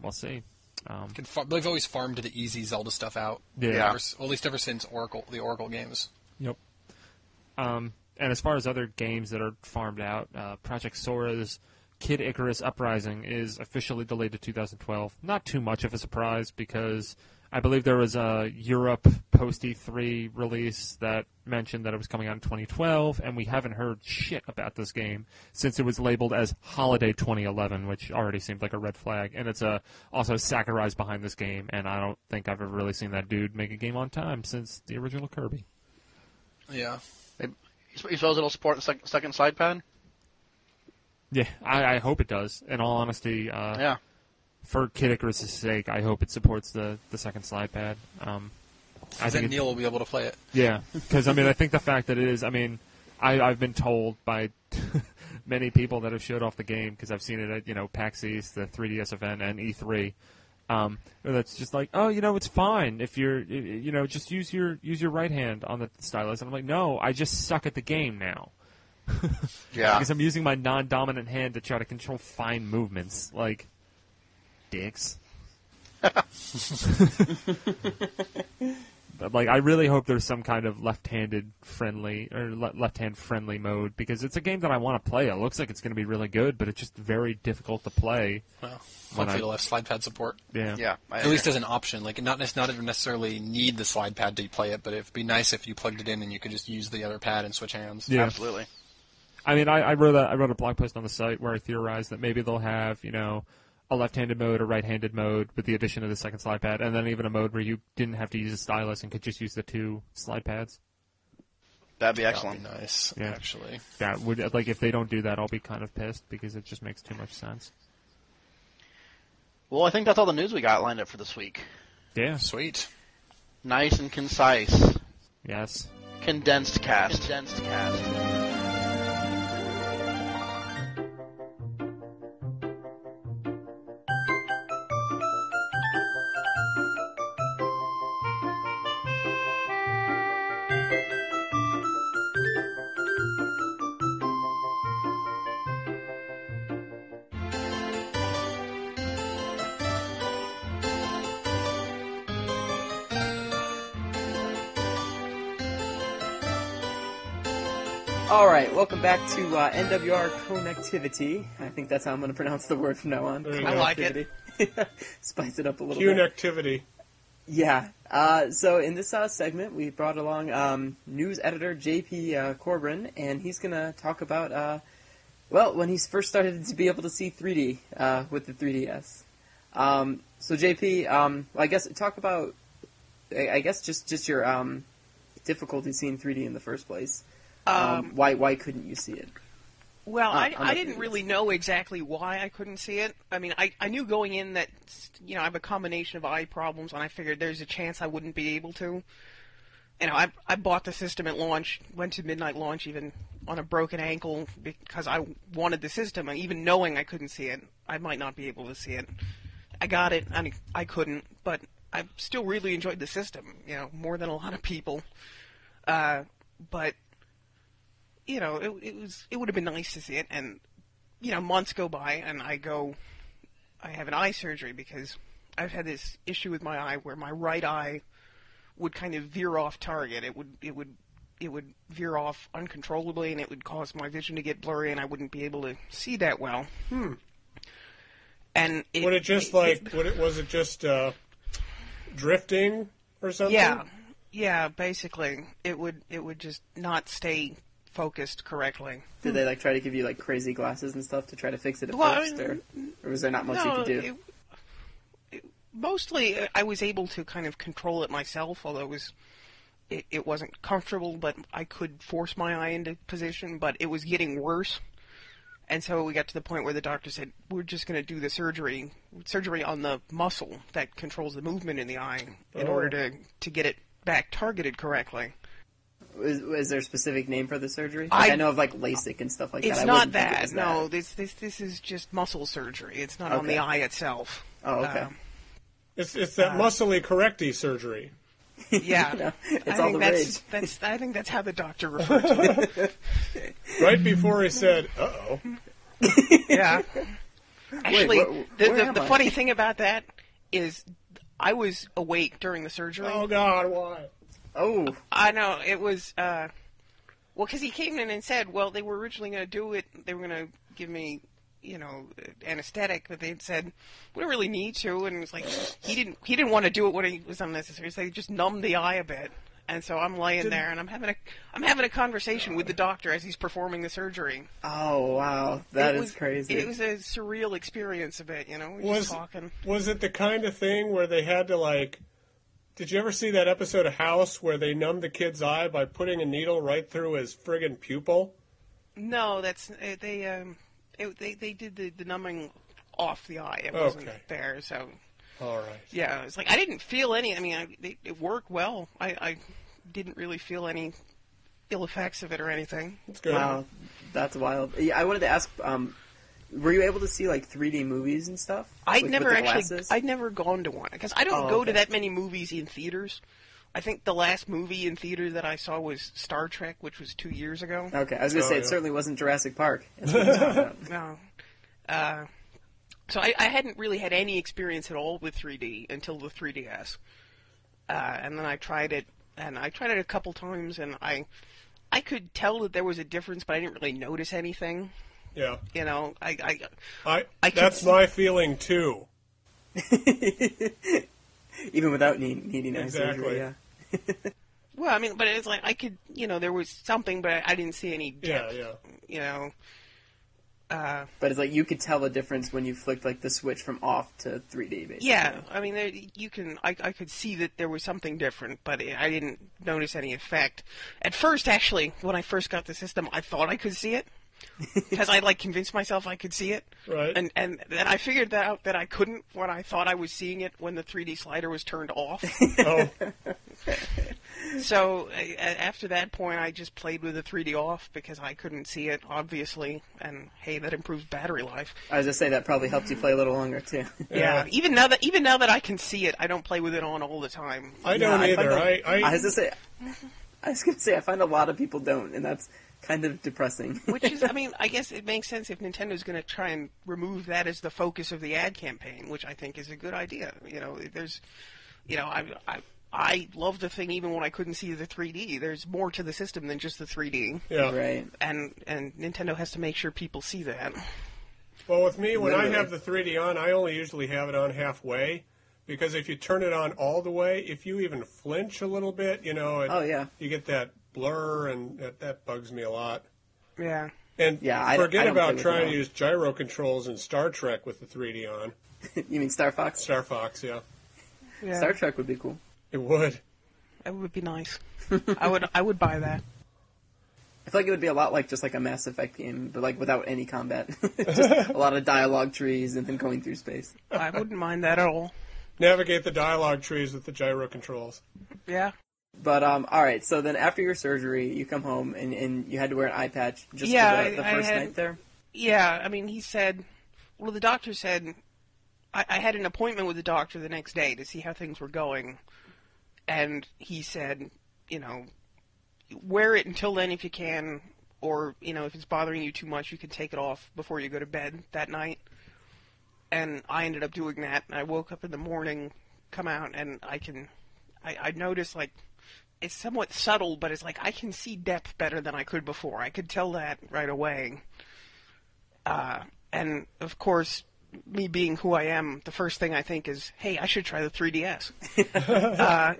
Speaker 2: we'll see. Um,
Speaker 4: Can far- they've always farmed the easy Zelda stuff out.
Speaker 2: yeah.
Speaker 5: Yeah.
Speaker 4: Ever s- well, at least ever since Oracle the Oracle games.
Speaker 2: Yep. Um, and as far as other games that are farmed out, uh, Project Sora's Kid Icarus Uprising is officially delayed to 2012. Not too much of a surprise because I believe there was a Europe post E3 release that mentioned that it was coming out in 2012, and we haven't heard shit about this game since it was labeled as Holiday 2011, which already seemed like a red flag. And it's uh, also Sakurai's behind this game, and I don't think I've ever really seen that dude make a game on time since the original Kirby.
Speaker 4: Yeah.
Speaker 5: You sp- you suppose it'll support the sec- second slide pad?
Speaker 2: Yeah, I, I hope it does. In all honesty, uh,
Speaker 5: Yeah.
Speaker 2: for Kid Icarus' sake, I hope it supports the, the second slide pad. Um, I
Speaker 4: then
Speaker 2: think it-
Speaker 4: Neil will be able to play it.
Speaker 2: yeah, because I mean, I think the fact that it is, I mean, I, I've been told by many people that have showed off the game because I've seen it at you know PAX East, the 3DS event, and E3. Um, that's just like, oh, you know, it's fine if you're, y- y- you know, just use your use your right hand on the stylus. And I'm like, no, I just suck at the game now
Speaker 5: Yeah.
Speaker 2: because I'm using my non-dominant hand to try to control fine movements, like dicks. But, like I really hope there's some kind of left-handed friendly or le- left-hand friendly mode because it's a game that I want to play. It looks like it's going to be really good, but it's just very difficult to play.
Speaker 4: Well,
Speaker 2: When
Speaker 4: hopefully
Speaker 2: I-
Speaker 4: it'll have slide pad support.
Speaker 2: Yeah.
Speaker 5: Yeah. I
Speaker 4: At
Speaker 5: agree.
Speaker 4: least as an option, like not nec- not even necessarily need the slide pad to play it, but it'd be nice if you plugged it in and you could just use the other pad and switch hands.
Speaker 2: Yeah.
Speaker 5: Absolutely.
Speaker 2: I mean, I, I wrote a I wrote a blog post on the site where I theorized that maybe they'll have you know a left-handed mode, a right-handed mode with the addition of the second slide pad, and then even a mode where you didn't have to use a stylus and could just use the two slide pads.
Speaker 5: That'd be
Speaker 4: That'd
Speaker 5: excellent.
Speaker 4: be nice,
Speaker 2: Yeah.
Speaker 4: actually.
Speaker 2: That would like if they don't do that, I'll be kind of pissed because it just makes too much sense.
Speaker 5: Well, I think that's all the news we got lined up for this week.
Speaker 2: Yeah.
Speaker 4: Sweet.
Speaker 5: Nice and concise.
Speaker 2: Yes.
Speaker 5: Condensed cast. Condensed cast.
Speaker 1: All right, welcome back to uh, NWR Connectivity. I think that's how I'm going to pronounce the word from now on.
Speaker 3: you go.
Speaker 5: I like it.
Speaker 1: Connectivity. Spice it up a little bit.
Speaker 3: Connectivity.
Speaker 1: Yeah. Uh, so in this uh, segment, we brought along um, news editor J.P. Uh, Corbin, and he's going to talk about, uh, well, when he first started to be able to see 3D uh, with the 3DS. Um, so J.P., um, I guess talk about, I I guess just just your um, difficulty seeing 3D in the first place. Um, why why couldn't you see it?
Speaker 6: Well,
Speaker 1: Uh,
Speaker 6: I,
Speaker 1: I'm
Speaker 6: I
Speaker 1: not
Speaker 6: didn't
Speaker 1: doing
Speaker 6: really know exactly why I couldn't see it. I mean, I, I knew going in that, you know, I have a combination of eye problems, and I figured there's a chance I wouldn't be able to. You know, I, I bought the system at launch, went to midnight launch even on a broken ankle because I wanted the system, and even knowing I couldn't see it, I might not be able to see it. I got it, and I couldn't, but I still really enjoyed the system, you know, more than a lot of people. Uh, but you know, it, it was it would have been nice to see it. And you know, months go by, and I go, I have an eye surgery because I've had this issue with my eye where my right eye would kind of veer off target. It would it would it would veer off uncontrollably, and it would cause my vision to get blurry, and I wouldn't be able to see that well. Hmm. And it,
Speaker 3: Would it just like? Would it? Was it just uh, drifting or something?
Speaker 6: Yeah, yeah. Basically, it would it would just not stay focused correctly.
Speaker 1: Did they like try to give you like crazy glasses and stuff to try to fix it at
Speaker 6: hmm. Well, I
Speaker 1: first,
Speaker 6: mean,
Speaker 1: or, or was there not much you could do?
Speaker 6: It, it, mostly uh, I was able to kind of control it myself, although it was it, it wasn't comfortable, but I could force my eye into position. But it was getting worse, and so we got to the point where the doctor said, "We're just going to do the surgery surgery on the muscle that controls the movement in the eye in
Speaker 3: Oh.
Speaker 6: order to to get it back targeted correctly."
Speaker 1: Is, is there a specific name for the surgery?
Speaker 6: I-
Speaker 1: Like, I, know of like LASIK and stuff like
Speaker 6: It's
Speaker 1: that. I
Speaker 6: not
Speaker 1: wouldn't think it
Speaker 6: that.
Speaker 1: was
Speaker 6: No, this this this is just muscle surgery. It's not on
Speaker 1: Okay.
Speaker 6: the eye itself.
Speaker 1: Oh, okay.
Speaker 6: Um,
Speaker 3: It's it's that muscly correcty surgery.
Speaker 6: uh, yeah.
Speaker 1: No, it's
Speaker 6: I
Speaker 1: all
Speaker 6: think
Speaker 1: the
Speaker 6: that's
Speaker 1: rage.
Speaker 6: that's I think that's how the doctor referred to it.
Speaker 3: Right before he said, "Uh oh,"
Speaker 6: Yeah. Actually,
Speaker 1: wh-
Speaker 6: the,
Speaker 1: where
Speaker 6: the,
Speaker 1: am
Speaker 6: the
Speaker 1: I?
Speaker 6: funny thing about that is I was awake during the surgery.
Speaker 3: oh God, why?
Speaker 1: Oh,
Speaker 6: I know it was. Uh, well, because he came in and said, well, they were originally going to do it. They were going to give me, you know, anesthetic, but they said we don't really need to. And it was like he didn't he didn't want to do it when it was unnecessary. So they just numbed the eye a bit. And so I'm laying there, and I'm having a I'm having a conversation with the doctor as he's performing the surgery.
Speaker 1: oh wow,
Speaker 6: it
Speaker 1: that is
Speaker 6: was,
Speaker 1: crazy.
Speaker 6: It was a surreal experience a bit, you know. We were
Speaker 3: Was
Speaker 6: just talking.
Speaker 3: was it the kind of thing where they had to like? Did you ever see that episode of House where they numb the kid's eye by putting a needle right through his friggin' pupil?
Speaker 6: No, that's uh, they um it, they they did the, the numbing off the eye. It
Speaker 3: Okay.
Speaker 6: wasn't there, so
Speaker 3: All right.
Speaker 6: yeah, it's like I didn't feel any. I mean, I, it, it worked well. I I didn't really feel any ill effects of it or anything.
Speaker 3: That's good.
Speaker 1: Wow, that's wild. Yeah, I wanted to ask, um, were you able to see like 3D movies and stuff?
Speaker 6: I'd
Speaker 1: With-
Speaker 6: never
Speaker 1: with the
Speaker 6: actually
Speaker 1: glasses?
Speaker 6: I'd never gone to one because I don't
Speaker 1: Oh,
Speaker 6: go to
Speaker 1: okay.
Speaker 6: that many movies in theaters. I think the last movie in theater that I saw was Star Trek, which was two years ago.
Speaker 1: Okay, I was gonna
Speaker 3: Oh,
Speaker 1: say
Speaker 3: yeah.
Speaker 1: it certainly wasn't Jurassic Park. That's what we're talking
Speaker 6: No.
Speaker 1: about.
Speaker 6: Uh, so I, I hadn't really had any experience at all with 3D until the 3DS, uh, and then I tried it, and I tried it a couple times, and I, I could tell that there was a difference, but I didn't really notice anything.
Speaker 3: Yeah.
Speaker 6: You know, I, I
Speaker 3: I,
Speaker 6: I can
Speaker 3: that's
Speaker 6: see-
Speaker 3: my feeling too.
Speaker 1: Even without need, needing eye surgery,
Speaker 3: Exactly.
Speaker 1: yeah.
Speaker 6: well, I mean, but it's like I could, you know, there was something, but I, I didn't see any
Speaker 3: Yeah,
Speaker 6: depth.
Speaker 3: yeah.
Speaker 6: You know, Uh,
Speaker 1: But it's like you could tell the difference when you flicked like the switch from off to 3D. Basically.
Speaker 6: yeah. I mean, there, you can. I, I could see that there was something different, but it, I didn't notice any effect. At first, actually, when I first got the system, I thought I could see it because I like convinced myself I could see it,
Speaker 3: Right.
Speaker 6: and and then I figured that out that I couldn't when I thought I was seeing it when the 3D slider was turned off.
Speaker 3: oh,
Speaker 6: so a- a- after that point, I just played with the 3D off because I couldn't see it obviously, and hey, that improves battery life.
Speaker 1: I was just say that probably helped you play a little longer too.
Speaker 6: Yeah.
Speaker 3: Yeah.
Speaker 6: Even now that even now that I can see it, I don't play with it on all the time.
Speaker 3: I don't
Speaker 1: Yeah, I find
Speaker 3: either. I,
Speaker 1: a-
Speaker 3: I,
Speaker 1: I was gonna say, I was gonna say, I find a lot of people don't, and that's kind of depressing.
Speaker 6: Which is, I mean, I guess it makes sense if Nintendo's going to try and remove that as the focus of the ad campaign, which I think is a good idea. You know, there's, you know, I, I, I love the thing even when I couldn't see the 3D. There's more to the system than just the 3D,
Speaker 3: yeah.
Speaker 1: right.
Speaker 6: and and Nintendo has to make sure people see that.
Speaker 3: Well, with me, when
Speaker 1: Literally.
Speaker 3: I have the 3D on, I only usually have it on halfway because if you turn it on all the way, if you even flinch a little bit, you know, it,
Speaker 1: Oh, yeah.
Speaker 3: you get that blur, and that, that bugs me a lot.
Speaker 6: Yeah.
Speaker 3: And
Speaker 1: Yeah, I-
Speaker 3: forget
Speaker 1: I don't play
Speaker 3: about
Speaker 1: with it
Speaker 3: trying to
Speaker 1: all.
Speaker 3: use gyro controls in Star Trek with the 3D on.
Speaker 1: You mean Star Fox?
Speaker 3: Star Fox, yeah.
Speaker 6: Yeah.
Speaker 1: Star Trek would be cool.
Speaker 3: It would.
Speaker 6: That would be nice. I would I would buy that.
Speaker 1: I feel like it would be a lot like just like a Mass Effect game, but like without any combat, just a lot of dialogue trees and then going through space.
Speaker 6: I wouldn't mind that at all.
Speaker 3: Navigate the dialogue trees with the gyro controls.
Speaker 6: Yeah.
Speaker 1: But um, all right. So then after your surgery, you come home and, and you had to wear an eye patch just
Speaker 6: Yeah,
Speaker 1: for the, the
Speaker 6: I- I
Speaker 1: first
Speaker 6: had-
Speaker 1: night there.
Speaker 6: Yeah, I mean, he said, well, the doctor said, I, I had an appointment with the doctor the next day to see how things were going, and he said, you know, wear it until then if you can, or, you know, if it's bothering you too much, you can take it off before you go to bed that night. And I ended up doing that, and I woke up in the morning, come out, and I can, I, I noticed, like, it's somewhat subtle, but it's like I can see depth better than I could before. I could tell that right away Uh, and of course, me being who I am, the first thing I think is, "Hey, I should try the 3DS." uh,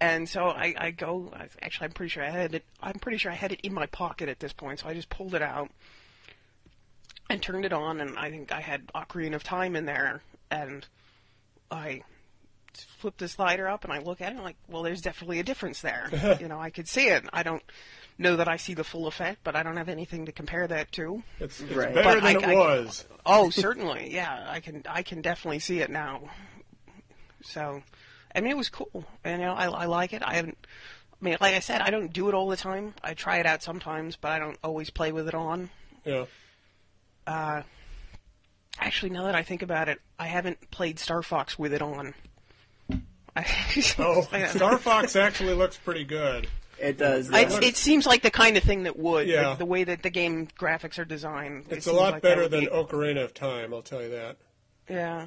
Speaker 6: and so I, I go. I, actually, I'm pretty sure I had it. I'm pretty sure I had it in my pocket at this point, so I just pulled it out and turned it on, and I think I had Ocarina of Time in there, and I flip the slider up and I look at it, I'm like, well, there's definitely a difference there. you know, I could see it. I don't know that I see the full effect, but I don't have anything to compare that to.
Speaker 3: It's, it's
Speaker 1: Right.
Speaker 3: better
Speaker 6: But
Speaker 3: than
Speaker 6: I-
Speaker 3: it
Speaker 6: I-
Speaker 3: was.
Speaker 6: Oh, certainly, yeah. I can I can definitely see it now. So, I mean, it was cool, and you know, I, I like it. I haven't. I mean, like I said, I don't do it all the time. I try it out sometimes, but I don't always play with it on. Uh,
Speaker 3: yeah.
Speaker 6: Actually, now that I think about it, I haven't played Star Fox with it on. I,
Speaker 3: Oh,
Speaker 6: I-
Speaker 3: Star Fox actually looks pretty good.
Speaker 1: It does.
Speaker 6: I-
Speaker 1: yeah.
Speaker 6: it's- it seems like the kind of thing that would,
Speaker 3: Yeah.
Speaker 6: like the way that the game graphics are designed. it
Speaker 3: It's a
Speaker 6: seems
Speaker 3: lot
Speaker 6: like that
Speaker 3: better
Speaker 6: would
Speaker 3: than
Speaker 6: be-
Speaker 3: Ocarina of Time, I'll tell you that.
Speaker 6: yeah.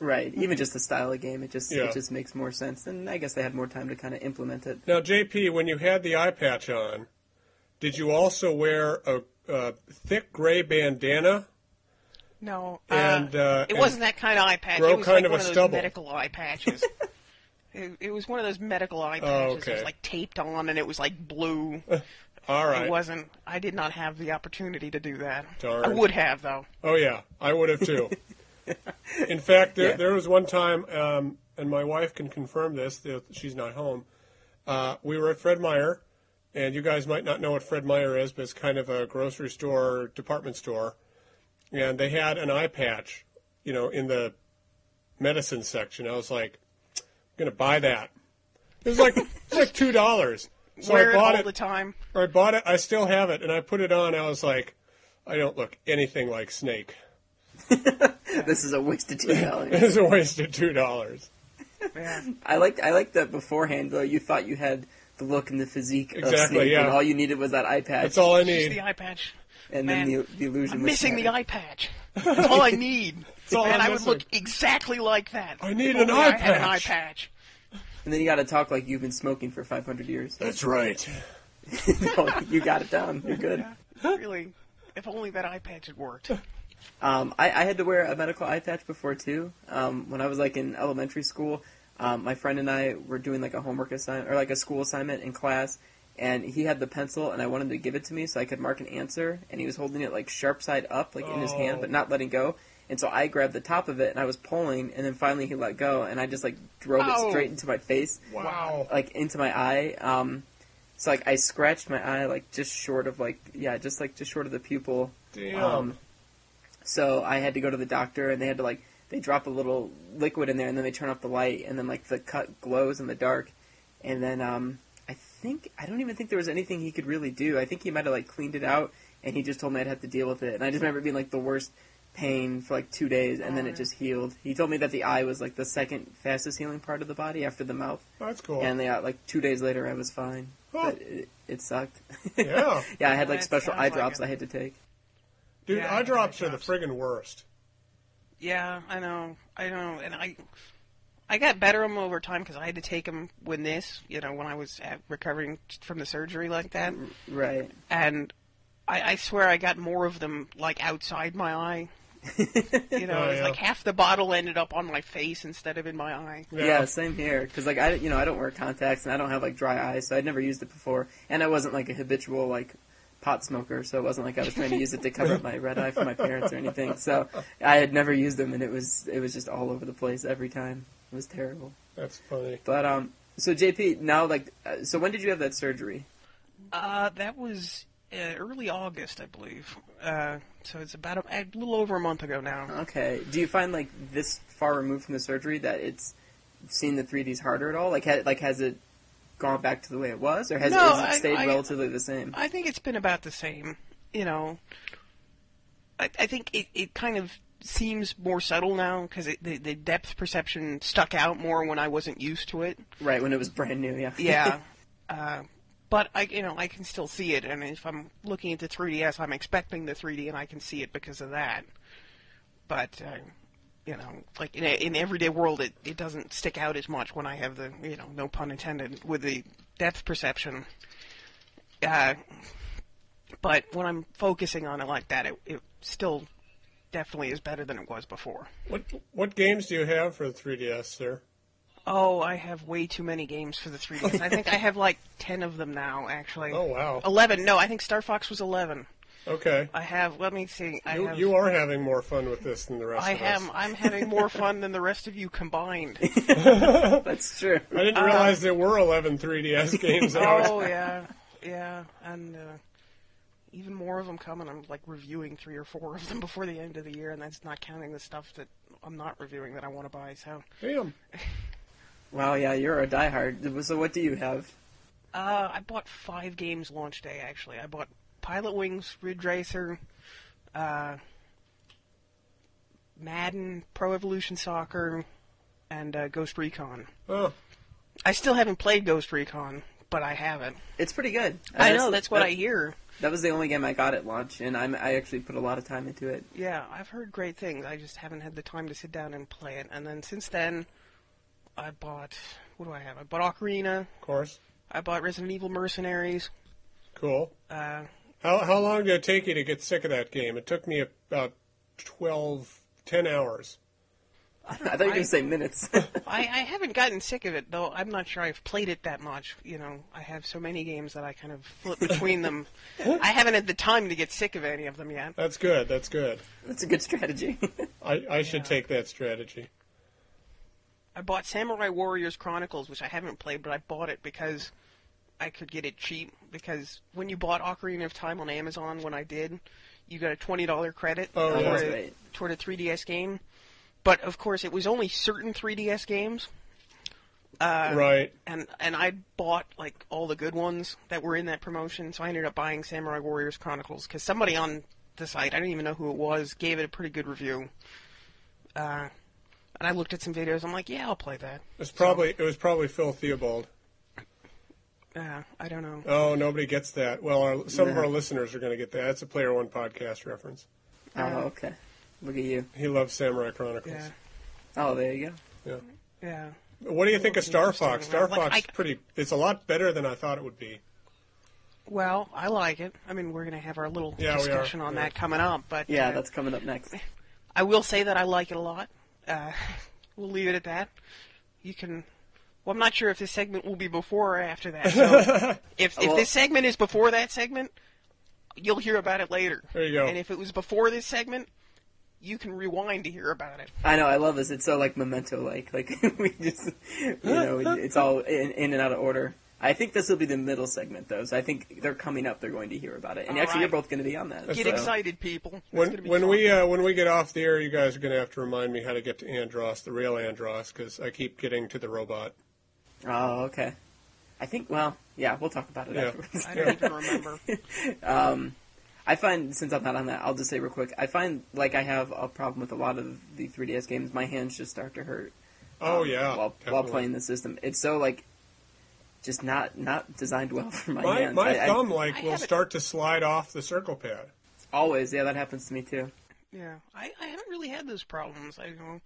Speaker 1: Right. Even just the style of game, it just
Speaker 3: Yeah.
Speaker 1: it just makes more sense. And I guess they had more time to kind of implement it.
Speaker 3: Now, JP, when you had the eye patch on, did you also wear a, a thick gray bandana?
Speaker 6: No,
Speaker 3: And,
Speaker 6: uh,
Speaker 3: uh,
Speaker 6: it
Speaker 3: and-
Speaker 6: wasn't that kind of eye patch.
Speaker 3: Grow
Speaker 6: It was
Speaker 3: kind
Speaker 6: like
Speaker 3: of
Speaker 6: one
Speaker 3: a
Speaker 6: of those
Speaker 3: stubble.
Speaker 6: medical eye patches. it, it was one of those medical eye patches.
Speaker 3: Oh,
Speaker 6: It
Speaker 3: okay.
Speaker 6: was like taped on, and it was like blue.
Speaker 3: All right.
Speaker 6: It wasn't. I did not have the opportunity to do that.
Speaker 3: Darn.
Speaker 6: I would have though.
Speaker 3: Oh yeah, I would have too. In fact, there, there was one time, um, and my wife can confirm this. that She's not home. Uh, we were at Fred Meyer, and you guys might not know what Fred Meyer is, but it's kind of a grocery store, department store, and they had an eye patch, you know, in the medicine section. I was like, I'm gonna buy that. It was like it was like two dollars. So
Speaker 6: Wear
Speaker 3: I
Speaker 6: it all
Speaker 3: bought
Speaker 6: the time.
Speaker 3: I bought it. I still have it, and I put it on. I was like, I don't look anything like Snake.
Speaker 1: This is a waste of two dollars.
Speaker 3: It's a waste of two dollars.
Speaker 6: Yeah.
Speaker 1: I like I like that beforehand though. You thought you had the look and the physique of
Speaker 3: Exactly,
Speaker 1: Snake,
Speaker 3: yeah.
Speaker 1: and all you needed was that eye patch,
Speaker 3: That's all I
Speaker 6: Just
Speaker 3: need.
Speaker 6: the eye patch.
Speaker 1: and
Speaker 6: man.
Speaker 1: then the, the illusion.
Speaker 6: I'm
Speaker 1: was
Speaker 6: missing the
Speaker 1: shattered.
Speaker 6: eye patch. That's all I need.
Speaker 3: all
Speaker 6: and
Speaker 3: I'm
Speaker 6: I would
Speaker 3: missing.
Speaker 6: look exactly like that.
Speaker 3: I need
Speaker 6: If
Speaker 3: an
Speaker 6: only
Speaker 3: eye
Speaker 6: I had an eye
Speaker 3: patch.
Speaker 6: patch.
Speaker 1: And then you got to talk like you've been smoking for 500 years.
Speaker 3: That's right.
Speaker 1: No, you got it down. You're good.
Speaker 6: really, if only that eye patch had worked.
Speaker 1: Um, I, I had to wear a medical eye patch before too. Um, when I was like in elementary school, um, my friend and I were doing like a homework assignment or like a school assignment in class, and he had the pencil, and I wanted to give it to me so I could mark an answer, and he was holding it like sharp side up, like in his hand,
Speaker 3: Oh.
Speaker 1: but not letting go. And so I grabbed the top of it, and I was pulling, and then finally he let go, and I just like drove
Speaker 6: Ow.
Speaker 1: it straight into my face,
Speaker 3: Wow.
Speaker 1: like into my eye. Um, so like I scratched my eye like just short of like yeah, just like just short of the pupil.
Speaker 3: Damn.
Speaker 1: Um, so I had to go to the doctor, and they had to like they drop a little liquid in there, and then they turn off the light, and then like the cut glows in the dark, and then um, I think I don't even think there was anything he could really do. I think he might have like cleaned it out, and he just told me I'd have to deal with it. And I just remember it being like the worst pain for like two days, and then it just healed. He told me that the eye was like the second fastest healing part of the body after the mouth,
Speaker 3: That's cool.
Speaker 1: and yeah, like two days later I was fine,
Speaker 3: Huh.
Speaker 1: but it, it sucked.
Speaker 3: Yeah.
Speaker 1: yeah, I had like
Speaker 6: That
Speaker 1: special
Speaker 6: sounds
Speaker 1: eye
Speaker 6: like
Speaker 1: drops
Speaker 6: it.
Speaker 1: I had to take.
Speaker 3: Dude,
Speaker 6: Yeah,
Speaker 3: eye drops
Speaker 6: eye
Speaker 3: are the
Speaker 6: drops.
Speaker 3: friggin' worst.
Speaker 6: Yeah, I know. I know, and I, I got better 'em over time because I had to take 'em when this, you know, when I was at, recovering from the surgery like that,
Speaker 1: Mm, Right.
Speaker 6: and I, I swear I got more of them like outside my eye. You know,
Speaker 3: Oh,
Speaker 6: it was
Speaker 3: yeah.
Speaker 6: like half the bottle ended up on my face instead of in my eye.
Speaker 1: Yeah, same here. Because like I, you know, I don't wear contacts and I don't have like dry eyes, so I'd never used it before, and I wasn't like a habitual like pot smoker, so it wasn't like I was trying to use it to cover up my red eye for my parents or anything. So I had never used them, and it was it was just all over the place every time. It was terrible.
Speaker 3: That's funny.
Speaker 1: But um, so JP, now like, uh, so when did you have that surgery?
Speaker 6: Uh, that was uh, early August, I believe. Uh, so it's about a, a little over a month ago now.
Speaker 1: Okay. Do you find like this far removed from the surgery that it's seen the 3Ds harder at all? Like, ha- like has it gone back to the way it was, or has
Speaker 6: No,
Speaker 1: it, has
Speaker 6: I-
Speaker 1: it stayed
Speaker 6: I-
Speaker 1: relatively the same?
Speaker 6: I think it's been about the same. You know, I, I think it, it kind of seems more subtle now because the, the depth perception stuck out more when I wasn't used to it.
Speaker 1: Right when it was brand new, yeah.
Speaker 6: Yeah. uh, but I, you know, I can still see it, and if I'm looking at the 3DS, I'm expecting the 3D, and I can see it because of that. But uh, you know, like in, a, in everyday world, it, it doesn't stick out as much when I have the, you know, no pun intended, with the depth perception. Uh, but when I'm focusing on it like that, it, it still definitely is better than it was before.
Speaker 3: What what games do you have for the 3DS, sir?
Speaker 6: Oh, I have way too many games for the 3DS. I think I have like 10 of them now, actually.
Speaker 3: Oh, wow.
Speaker 6: Eleven. No, I think Star Fox was eleven.
Speaker 3: Okay.
Speaker 6: I have. Let me see. I
Speaker 3: You,
Speaker 6: have.
Speaker 3: you are having more fun with this than the rest
Speaker 6: I
Speaker 3: of
Speaker 6: am.
Speaker 3: us.
Speaker 6: I'm having more fun than the rest of you combined.
Speaker 1: That's true.
Speaker 3: I didn't realize there were 11 3DS games out.
Speaker 6: Um, oh yeah, yeah, and uh, even more of them coming. I'm like reviewing three or four of them before the end of the year, and that's not counting the stuff that I'm not reviewing that I want to buy. So,
Speaker 3: Damn.
Speaker 1: Wow, yeah, you're a diehard. So what do you have?
Speaker 6: uh, I bought five games launch day. Actually, I bought Pilot Wings, Ridge Racer, uh, Madden, Pro Evolution Soccer, and uh, Ghost Recon.
Speaker 3: Oh,
Speaker 6: I still haven't played Ghost Recon, but I have it.
Speaker 1: It's pretty good.
Speaker 6: I
Speaker 1: That's-
Speaker 6: know that's what
Speaker 1: that-
Speaker 6: I hear.
Speaker 1: That was the only game I got at launch, and I'm, I actually put a lot of time into it.
Speaker 6: Yeah, I've heard great things. I just haven't had the time to sit down and play it. And then since then, I bought. What do I have? I bought Ocarina.
Speaker 3: of course.
Speaker 6: I bought Resident Evil Mercenaries.
Speaker 3: Cool.
Speaker 6: Uh,
Speaker 3: How, how long did it take you to get sick of that game? It took me about 12, 10 hours.
Speaker 1: I thought you were going to say minutes.
Speaker 6: I, I haven't gotten sick of it though. I'm not sure I've played it that much. You know, I have so many games that I kind of flip between them. I haven't had the time to get sick of any of them yet.
Speaker 3: That's good. That's good.
Speaker 1: That's a good strategy.
Speaker 3: I, I should take that strategy.
Speaker 6: I bought Samurai Warriors Chronicles, which I haven't played, but I bought it because I could get it cheap. Because when you bought Ocarina of Time on Amazon, when I did, you got a twenty dollar credit
Speaker 3: Oh,
Speaker 6: toward,
Speaker 3: that's
Speaker 6: a,
Speaker 1: right.
Speaker 6: toward a 3DS game. But of course, it was only certain 3DS games, Uh,
Speaker 3: right.
Speaker 6: and and I bought like all the good ones that were in that promotion. So I ended up buying Samurai Warriors Chronicles because somebody on the site, I don't even know who it was, gave it a pretty good review. Uh, and I looked at some videos. I'm like, yeah, I'll play that.
Speaker 3: It's probably it was probably Phil Theobald.
Speaker 6: Uh, I don't know.
Speaker 3: Oh, nobody gets that. Well, our, some of
Speaker 1: No.
Speaker 3: our listeners are going to get that. That's a Player One podcast reference.
Speaker 1: oh, okay. Look at you.
Speaker 3: He loves Samurai Chronicles.
Speaker 6: Yeah.
Speaker 1: Oh, there you go.
Speaker 3: Yeah.
Speaker 6: Yeah.
Speaker 3: What do you think of Star Fox?
Speaker 6: interesting.
Speaker 3: Star
Speaker 6: Like,
Speaker 3: Fox,
Speaker 6: I-
Speaker 3: pretty. It's a lot better than I thought it would be.
Speaker 6: Well, I like it. I mean, we're going to have our little
Speaker 3: Yeah, we are.
Speaker 6: discussion on
Speaker 3: Yeah.
Speaker 6: that coming up, but
Speaker 1: Yeah,
Speaker 6: uh,
Speaker 1: that's coming up next.
Speaker 6: I will say that I like it a lot. Uh, we'll leave it at that. You can. Well, I'm not sure if this segment will be before or after that. So if if
Speaker 1: Well-
Speaker 6: this segment is before that segment, you'll hear about it later.
Speaker 3: There you go.
Speaker 6: And if it was before this segment, you can rewind to hear about it.
Speaker 1: I know, I love this. It's so, like, memento-like. Like, we just, you know, it's all in, in and out of order. I think this will be the middle segment, though, so I think they're coming up. They're going to hear about it. And
Speaker 6: All
Speaker 1: actually,
Speaker 6: right.
Speaker 1: you're both going to be on that.
Speaker 6: Get
Speaker 1: so-
Speaker 6: excited, people. It's gonna
Speaker 3: When
Speaker 6: be
Speaker 3: when
Speaker 6: fun.
Speaker 3: we uh, when we get off the air, you guys are going to have to remind me how to get to Andros, the real Andros, because I keep getting to the robot.
Speaker 1: Oh, okay. I think, well, yeah, we'll talk about it
Speaker 3: Yeah.
Speaker 1: afterwards. Um,
Speaker 6: I don't even remember.
Speaker 1: I find since I'm not on that, I'll just say real quick. I find like I have a problem with a lot of the 3DS games. My hands just start to hurt Um,
Speaker 3: Oh yeah,
Speaker 1: while while
Speaker 3: definitely.
Speaker 1: playing the system. It's so like just not not designed well for my,
Speaker 3: My
Speaker 1: hands.
Speaker 3: my
Speaker 1: I- I-
Speaker 3: thumb like
Speaker 6: I
Speaker 3: will
Speaker 6: haven't-
Speaker 3: start to slide off the circle pad.
Speaker 1: always, yeah, that happens to me too.
Speaker 6: Yeah, I, I haven't really had those problems. I you know,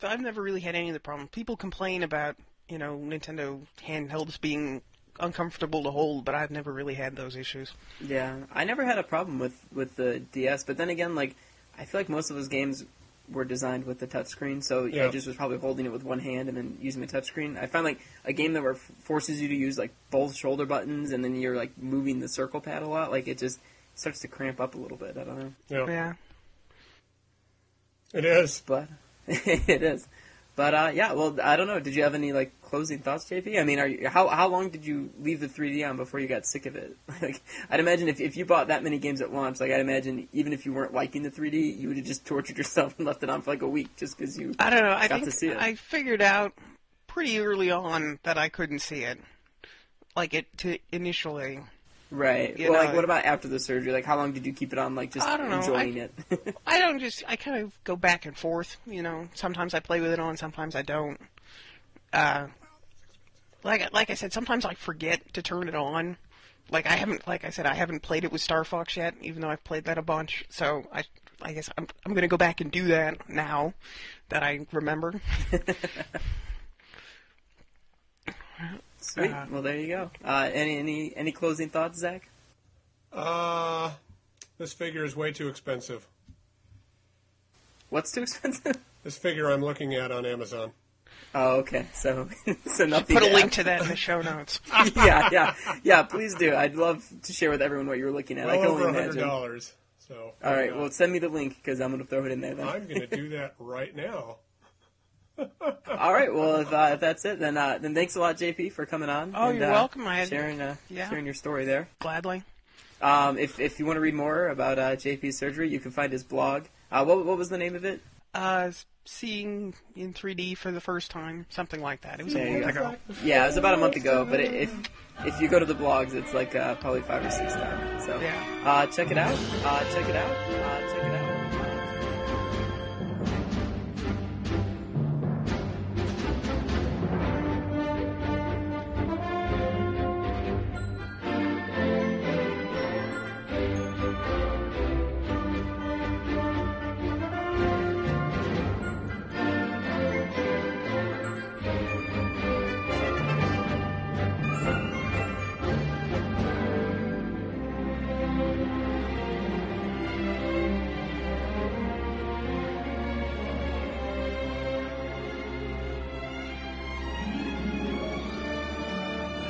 Speaker 6: but I've never really had any of the problems. People complain about you know Nintendo handhelds being uncomfortable to hold, but I've never really had those issues.
Speaker 1: Yeah, I never had a problem with with the DS, but then again, like I feel like most of those games were designed with the touchscreen, so I
Speaker 3: Yeah.
Speaker 1: just was probably holding it with one hand and then using the touchscreen. I found like a game that were forces you to use like both shoulder buttons, and then you're like moving the circle pad a lot. Like it just starts to cramp up a little bit. I don't know,
Speaker 3: Yeah,
Speaker 6: Yeah,
Speaker 3: it is.
Speaker 1: but it is. But uh, yeah, well, I don't know. Did you have any like closing thoughts, JP? I mean, are you, how how long did you leave the 3D on before you got sick of it? Like, I'd imagine if, if you bought that many games at once, like I'd imagine even if you weren't liking the 3D, you would have just tortured yourself and left it on for like a week just because you.
Speaker 6: I don't know. I
Speaker 1: Got
Speaker 6: think
Speaker 1: to see it.
Speaker 6: I figured out pretty early on that I couldn't see it, like it to initially.
Speaker 1: Right.
Speaker 6: You
Speaker 1: well,
Speaker 6: know,
Speaker 1: like, what about after the surgery? Like, how long did you keep it on? Like, just
Speaker 6: I don't know.
Speaker 1: enjoying it.
Speaker 6: I don't just. I kind of go back and forth. You know, sometimes I play with it on, sometimes I don't. Uh, like like I said, sometimes I forget to turn it on. Like I haven't, like I said, I haven't played it with Star Fox yet, even though I've played that a bunch. So I, I guess I'm I'm gonna go back and do that now that I remember. Uh-huh.
Speaker 1: Sweet. well, there you go. Uh, any any any closing thoughts, Zach?
Speaker 3: Uh, this figure is way too expensive.
Speaker 1: What's too expensive?
Speaker 3: This figure I'm looking at on Amazon.
Speaker 1: Oh, okay. So, so nothing.
Speaker 6: Put a
Speaker 1: to
Speaker 6: link
Speaker 1: add.
Speaker 6: to that in the show notes.
Speaker 1: yeah, yeah, yeah. Please do. I'd love to share with everyone what you were looking at. I
Speaker 3: Well
Speaker 1: can
Speaker 3: over
Speaker 1: only
Speaker 3: a hundred
Speaker 1: imagine. All
Speaker 3: dollars. So
Speaker 1: right.
Speaker 3: yeah.
Speaker 1: Well, send me the link because I'm going to throw it in there. Then.
Speaker 3: I'm going to do that right now.
Speaker 1: All right. Well, if, uh, if that's it, then uh, then thanks a lot, JP, for coming on.
Speaker 6: Oh,
Speaker 1: and,
Speaker 6: you're
Speaker 1: uh,
Speaker 6: welcome. I had
Speaker 1: Sharing, uh,
Speaker 6: Yeah.
Speaker 1: sharing your story there.
Speaker 6: gladly.
Speaker 1: Um, if if you want to read more about uh, JP's surgery, you can find his blog. Uh, what what was the name of it?
Speaker 6: Uh, seeing in 3D for the first time, something like that. It was
Speaker 1: There
Speaker 6: a
Speaker 1: you
Speaker 6: month
Speaker 1: go.
Speaker 6: ago.
Speaker 1: Yeah, it was about a month ago. But it, if if you go to the blogs, it's like uh, probably five or six now. So
Speaker 6: Yeah.
Speaker 1: uh, check it out. Uh, check it out. Uh, check it out.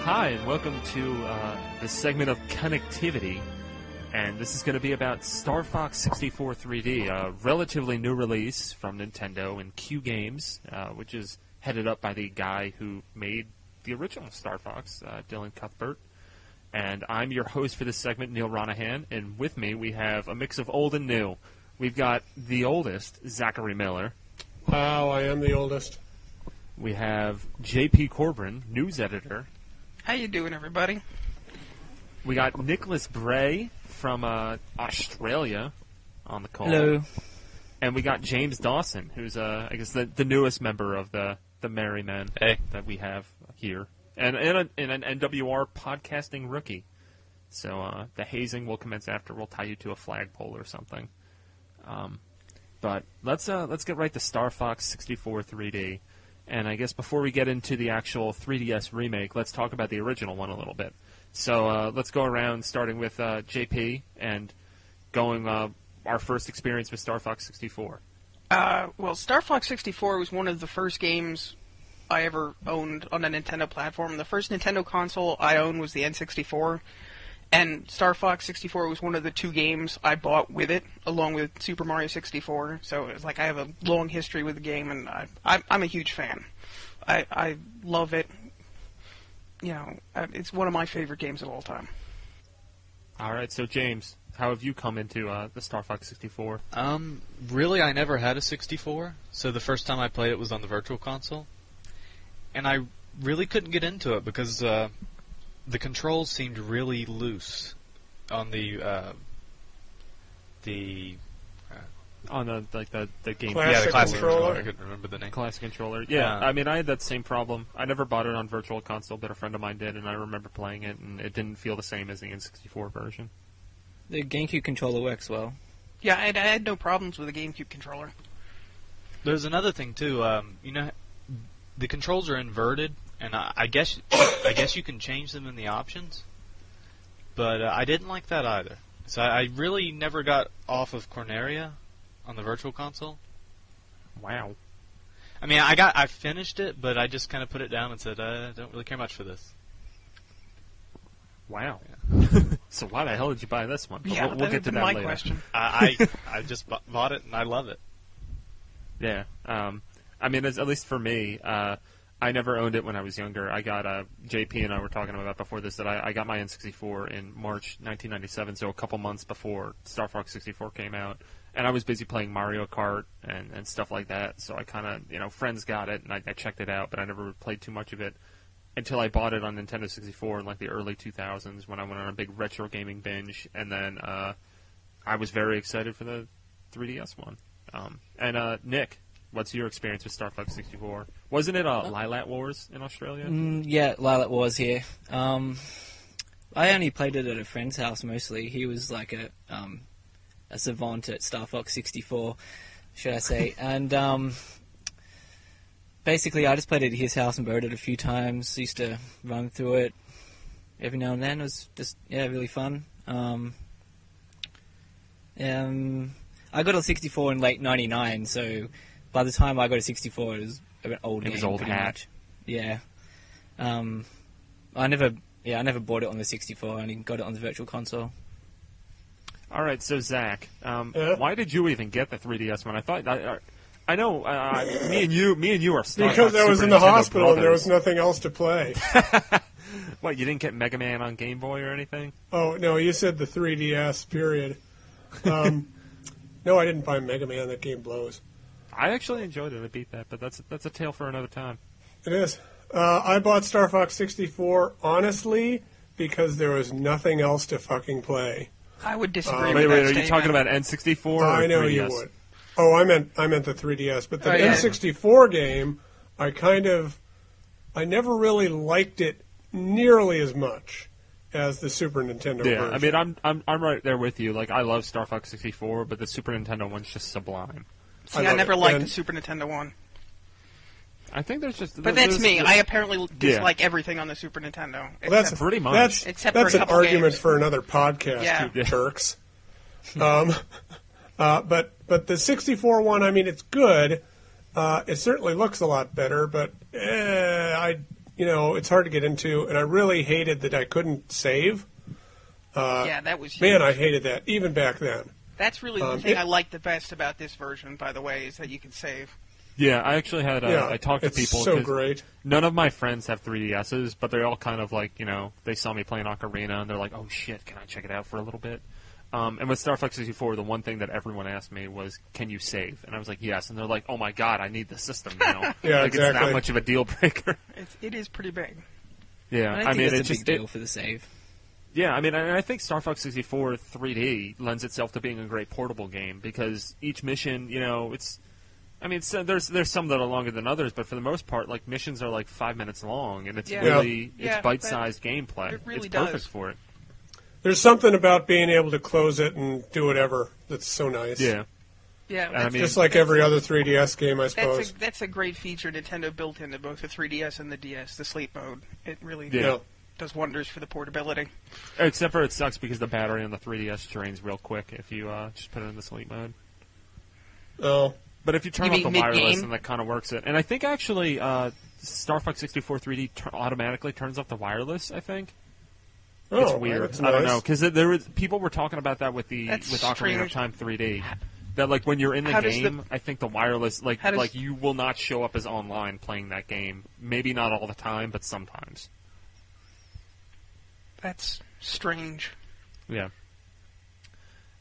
Speaker 2: Hi, and welcome to uh, this segment of connectivity. And this is going to be about Star Fox 64 3D, a relatively new release from Nintendo and Q Games, uh, which is headed up by the guy who made the original Star Fox, uh, Dylan Cuthbert. And I'm your host for this segment, Neil Ronahan, and with me we have a mix of old and new. We've got the oldest, Zachary Miller.
Speaker 3: Wow, I am the oldest.
Speaker 2: We have J.P. Corbin, news editor,
Speaker 6: How you doing, everybody?
Speaker 2: We got Nicholas Bray from uh, Australia on the call.
Speaker 7: Hello.
Speaker 2: And we got James Dawson, who's uh, I guess the, the newest member of the the Merry Men
Speaker 7: Hey.
Speaker 2: that we have here, and and, a, and an NWR podcasting rookie. So uh, the hazing will commence after. We'll tie you to a flagpole or something. Um, but let's uh, let's get right to Star Fox 64 3D. And I guess before we get into the actual 3DS remake, let's talk about the original one a little bit. So uh, let's go around, starting with uh, JP and going uh, our first experience with Star Fox 64.
Speaker 6: Uh, well, Star Fox 64 was one of the first games I ever owned on a Nintendo platform. The first Nintendo console I owned was the N64, and Star Fox 64 was one of the two games I bought with it, along with Super Mario 64. So it's like I have a long history with the game, and I, I, I'm a huge fan. I, I love it. You know, uh, it's one of my favorite games of all time.
Speaker 2: All right, so James, how have you come into uh, the Star Fox 64?
Speaker 7: Um, really, I never had a 64, so the first time I played it was on the Virtual Console, and I really couldn't get into it because uh, the controls seemed really loose on the uh, the uh,
Speaker 2: On the like the the game
Speaker 3: Classic
Speaker 7: yeah the classic
Speaker 3: controller.
Speaker 7: controller. I couldn't remember the name.
Speaker 2: classic controller. Yeah,
Speaker 7: Uh,
Speaker 2: I mean, I had that same problem. I never bought it on Virtual Console, but a friend of mine did, and I remember playing it, and it didn't feel the same as the N64 version.
Speaker 8: The GameCube controller works well.
Speaker 6: Yeah, I, I had no problems with the GameCube controller.
Speaker 7: There's another thing too. Um, you know, the controls are inverted, and I, I guess I guess you can change them in the options. But uh, I didn't like that either. So I, I really never got off of Corneria on the Virtual Console.
Speaker 2: Wow.
Speaker 7: I mean, I got I finished it, but I just kind of put it down and said "Uh, I don't really care much for this.
Speaker 2: Wow. so why the hell did you buy this one? But
Speaker 6: yeah,
Speaker 2: we'll, we'll get
Speaker 6: that had
Speaker 2: to
Speaker 6: been
Speaker 2: that
Speaker 6: my
Speaker 2: later.
Speaker 6: question.
Speaker 7: I I, I just bu- bought it and I love it.
Speaker 2: Yeah. Um, I mean, it's, at least for me, uh, I never owned it when I was younger. I got uh, JP and I were talking about before this that I, I got my N64 in March 1997, so a couple months before Star Fox 64 came out. And I was busy playing Mario Kart and, and stuff like that, so I kind of, you know, friends got it and I, I checked it out, but I never played too much of it until I bought it on Nintendo 64 in like the early 2000s when I went on a big retro gaming binge, and then uh, I was very excited for the 3DS one. Um, and uh, Nick, what's your experience with Star Fox 64? Wasn't it uh, Lilat Wars in Australia?
Speaker 8: Mm, yeah, Lilac Wars here. Um, I only played it at a friend's house mostly. He was like a um, a savant at Star Fox 64, should I say? and um, basically, I just played it at his house and borrowed it a few times. Used to run through it every now and then. It was just yeah, really fun. Um, um, I got a 64 in late '99, so by the time I got a 64, it was of an old
Speaker 2: It
Speaker 8: game.
Speaker 2: was old
Speaker 8: pretty
Speaker 2: hat.
Speaker 8: Much. Yeah. Um, I never. Yeah, I never bought it on the 64. I only got it on the Virtual Console.
Speaker 2: All right, so Zach, um,
Speaker 3: Yeah?
Speaker 2: why did you even get the 3DS one? I thought I, I, I know uh, me and you, me and you are stuck
Speaker 3: Because
Speaker 2: on
Speaker 3: I was
Speaker 2: Super
Speaker 3: in the
Speaker 2: Nintendo
Speaker 3: hospital and there
Speaker 2: brothers.
Speaker 3: was nothing else to play.
Speaker 2: What you didn't get Mega Man on Game Boy or anything?
Speaker 3: Oh no, you said the 3DS. Period. Um, no, I didn't buy Mega Man. That game blows.
Speaker 2: I actually enjoyed it. I beat that, but that's that's a tale for another time.
Speaker 3: It is. Uh, I bought Star Fox 64 honestly because there was nothing else to fucking play.
Speaker 6: I would disagree
Speaker 2: Wait,
Speaker 3: Uh,
Speaker 6: with
Speaker 2: wait,
Speaker 6: that
Speaker 2: are you
Speaker 6: statement.
Speaker 2: talking about N64? Or
Speaker 3: I know
Speaker 2: 3DS?
Speaker 3: you would. Oh, I meant I meant the 3DS, but the
Speaker 6: Oh, yeah.
Speaker 3: N64 game, I kind of, I never really liked it nearly as much as the Super Nintendo
Speaker 2: Yeah,
Speaker 3: version.
Speaker 2: I mean, I'm I'm I'm right there with you. Like, I love Star Fox 64, but the Super Nintendo one's just sublime.
Speaker 6: See,
Speaker 3: I
Speaker 6: I,
Speaker 3: love
Speaker 6: never
Speaker 3: it.
Speaker 6: liked
Speaker 3: And-
Speaker 6: the Super Nintendo one.
Speaker 2: I think there's just
Speaker 6: But
Speaker 2: there's-
Speaker 6: that's me.
Speaker 2: there's-
Speaker 6: I apparently dislike everything on the Super Nintendo.
Speaker 3: Well, that's
Speaker 6: except-
Speaker 2: Pretty much.
Speaker 3: That's,
Speaker 6: Except
Speaker 3: that's
Speaker 6: for a
Speaker 3: an
Speaker 6: couple
Speaker 3: argument
Speaker 6: games.
Speaker 3: for another podcast,
Speaker 6: Yeah.
Speaker 3: you jerks. Um, uh, but but the 64 one, I mean, it's good. Uh, it certainly looks a lot better, but eh, I you know it's hard to get into, and I really hated that I couldn't save. Uh,
Speaker 6: yeah, that was huge.
Speaker 3: Man, I hated that even back then.
Speaker 6: That's really
Speaker 3: Um,
Speaker 6: the thing
Speaker 3: it-
Speaker 6: I like the best about this version, by the way, is that you can save.
Speaker 2: Yeah, I actually had. Uh,
Speaker 3: yeah,
Speaker 2: I talked to
Speaker 3: it's
Speaker 2: people.
Speaker 3: So
Speaker 2: 'cause
Speaker 3: great.
Speaker 2: None of my friends have 3DSs, but they're all kind of like you know they saw me playing Ocarina and they're like, oh shit, can I check it out for a little bit? Um, and with Star Fox 64, the one thing that everyone asked me was, "Can you save?" And I was like, "Yes." And they're like, "Oh my god, I need the system now."
Speaker 3: Yeah,
Speaker 2: like it's
Speaker 3: exactly.
Speaker 2: that much of a deal breaker.
Speaker 6: It's, it is pretty big.
Speaker 2: yeah,
Speaker 8: I don't
Speaker 2: I,
Speaker 8: think
Speaker 2: mean,
Speaker 8: that's
Speaker 2: it
Speaker 8: a big
Speaker 2: just it-
Speaker 8: deal for the save.
Speaker 2: yeah, I mean, and I think Star Fox 64 3D lends itself to being a great portable game because each mission, you know, it's. I mean, so there's there's some that are longer than others, but for the most part, like missions are like five minutes long, and it's
Speaker 6: Yeah.
Speaker 2: really
Speaker 6: Yeah,
Speaker 2: it's
Speaker 6: that-
Speaker 2: bite-sized gameplay.
Speaker 6: it really
Speaker 2: it's
Speaker 6: does.
Speaker 2: perfect for it.
Speaker 3: There's something about being able to close it and do whatever that's so nice.
Speaker 2: Yeah,
Speaker 6: Yeah,
Speaker 2: and I
Speaker 6: that's,
Speaker 2: mean,
Speaker 3: Just like every other 3DS game, I
Speaker 6: that's
Speaker 3: suppose.
Speaker 6: a that's a great feature Nintendo built into both the 3DS and the DS, the sleep mode. It really
Speaker 2: Yeah.
Speaker 6: does wonders for the portability.
Speaker 2: except for it sucks because the battery on the 3DS drains real quick if you uh, just put it in the sleep mode.
Speaker 3: Oh,
Speaker 2: But if you turn
Speaker 6: You
Speaker 2: off
Speaker 6: mean
Speaker 2: the wireless,
Speaker 6: mid-game?
Speaker 2: then that kind of works it. And I think actually, uh, Star Fox 64 3D tur automatically turns off the wireless. I think.
Speaker 3: oh,
Speaker 2: it's weird.
Speaker 3: that's
Speaker 2: I don't
Speaker 3: nice.
Speaker 2: know because there was people were talking about that with the
Speaker 6: That's
Speaker 2: with Ocarina of
Speaker 6: strange.
Speaker 2: Time 3D. That like when you're in the
Speaker 6: How does the-
Speaker 2: game, I think the wireless like
Speaker 6: How does-
Speaker 2: like you will not show up as online playing that game. Maybe not all the time, but sometimes.
Speaker 6: That's strange.
Speaker 2: Yeah.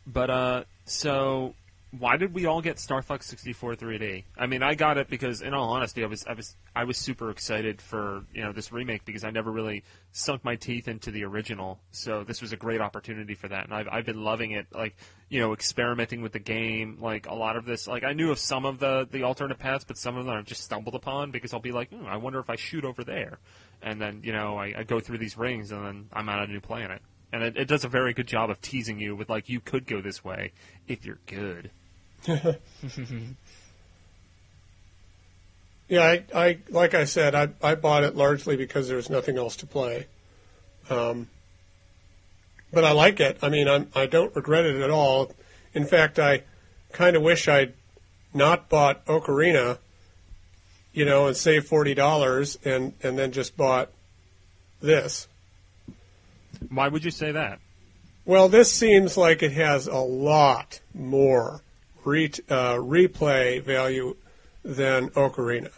Speaker 2: But uh, so why did we all get Star Fox 64 3D? I mean, I got it because, in all honesty, I was I was I was super excited for you know this remake because I never really sunk my teeth into the original, so this was a great opportunity for that, and I've I've been loving it, like you know experimenting with the game, like a lot of this, like I knew of some of the the alternate paths, but some of them I've just stumbled upon because I'll be like, hmm, I wonder if I shoot over there, and then you know I, I go through these rings and then I'm on a new planet. And it, it does a very good job of teasing you with like you could go this way if you're good.
Speaker 3: Yeah, I, I like I said, I, I bought it largely because there was nothing else to play. Um, but I like it. I mean, I'm, I don't regret it at all. In fact, I kind of wish I'd not bought Ocarina, you know, and saved forty dollars, and and then just bought this.
Speaker 2: Why would you say that?
Speaker 3: Well, this seems like it has a lot more re- uh, replay value than Ocarina.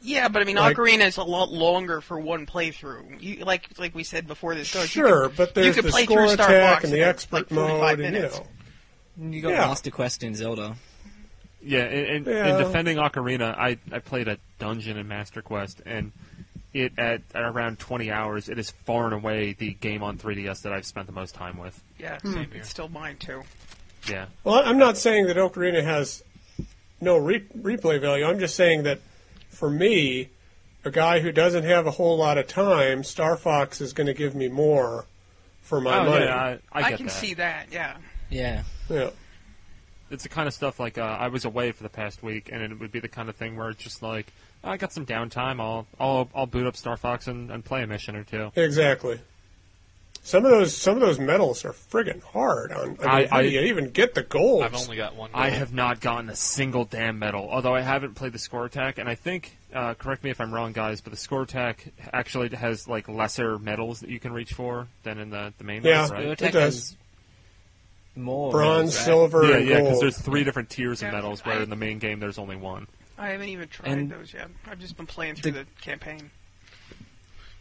Speaker 6: Yeah, but I mean,
Speaker 3: Like-
Speaker 6: Ocarina is a lot longer for one playthrough. You like like we said before this starts. you
Speaker 3: Sure,
Speaker 6: could-
Speaker 3: but there's
Speaker 6: you could
Speaker 3: the
Speaker 6: play
Speaker 3: score
Speaker 6: through Star
Speaker 3: attack
Speaker 6: Fox
Speaker 3: and the
Speaker 6: in,
Speaker 3: expert
Speaker 6: like 45
Speaker 3: mode, and you
Speaker 6: minutes.
Speaker 3: know.
Speaker 8: You got
Speaker 3: Yeah.
Speaker 8: Master Quest in Zelda.
Speaker 2: Yeah, in, in,
Speaker 3: Yeah.
Speaker 2: in defending Ocarina, I, I played a dungeon in Master Quest, and it at, at around 20 hours, it is far and away the game on 3DS that I've spent the most time with.
Speaker 6: Yeah,
Speaker 8: Hmm.
Speaker 6: it's still mine too.
Speaker 2: Yeah,
Speaker 3: Well, I'm not saying that Ocarina has no re- replay value. I'm just saying that for me, a guy who doesn't have a whole lot of time, Star Fox is going to give me more for my
Speaker 2: oh,
Speaker 3: money.
Speaker 2: yeah, I, I
Speaker 6: I,
Speaker 2: get
Speaker 6: can
Speaker 2: that.
Speaker 6: see that. Yeah,
Speaker 8: Yeah.
Speaker 3: Yeah.
Speaker 2: It's the kind of stuff like uh, I was away for the past week, and it would be the kind of thing where it's just like I got some downtime. I'll I'll I'll boot up Star Fox and, and play a mission or two.
Speaker 3: Exactly. Some of those some of those medals are friggin' hard. On I, mean,
Speaker 2: I-
Speaker 3: how
Speaker 2: I-
Speaker 3: do you even get the golds?
Speaker 7: I've only got one.
Speaker 2: I
Speaker 7: goal.
Speaker 2: have not gotten a single damn medal, although I haven't played the score attack, and I think, uh, correct me if I'm wrong, guys, but the score attack actually has like lesser medals that you can reach for than in the the main
Speaker 3: Yeah.
Speaker 2: race,
Speaker 8: Blue
Speaker 2: right?
Speaker 8: attack
Speaker 3: does.
Speaker 8: has more
Speaker 3: bronze,
Speaker 8: medals, right?
Speaker 3: silver,
Speaker 2: yeah,
Speaker 3: and
Speaker 2: yeah,
Speaker 3: gold.
Speaker 2: because there's three different tiers of
Speaker 6: Yeah,
Speaker 2: medals, where
Speaker 6: I-
Speaker 2: in the main game there's only one.
Speaker 6: I haven't even tried
Speaker 8: And-
Speaker 6: those yet. I've just been playing through the,
Speaker 8: The-
Speaker 6: campaign.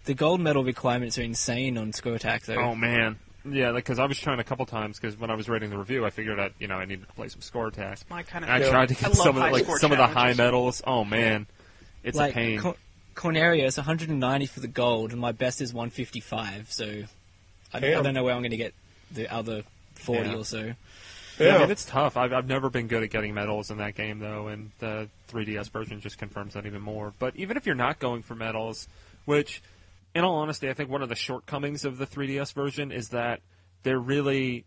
Speaker 8: The gold medal requirements are insane on score attack though.
Speaker 2: Oh man, yeah, because I was trying a couple times because when I was writing the review, I figured out you know I needed to play some score attack.
Speaker 6: My kind of.
Speaker 2: And I tried to
Speaker 6: I
Speaker 2: get
Speaker 6: love
Speaker 2: some of the,
Speaker 6: high
Speaker 2: like
Speaker 6: score
Speaker 2: some of the high
Speaker 6: challenges.
Speaker 2: medals. Oh man, it's
Speaker 8: like
Speaker 2: a pain.
Speaker 8: Cor- Corneria is 190 for the gold, and my best is 155. So I, I
Speaker 3: Damn.
Speaker 8: don't know where I'm going to get the other 40
Speaker 2: Yeah.
Speaker 8: or so.
Speaker 2: yeah. I
Speaker 3: yeah.
Speaker 2: mean it's tough. I've I've never been good at getting medals in that game though, and the 3DS version just confirms that even more. But even if you're not going for medals, which in all honesty, I think one of the shortcomings of the 3DS version is that they're really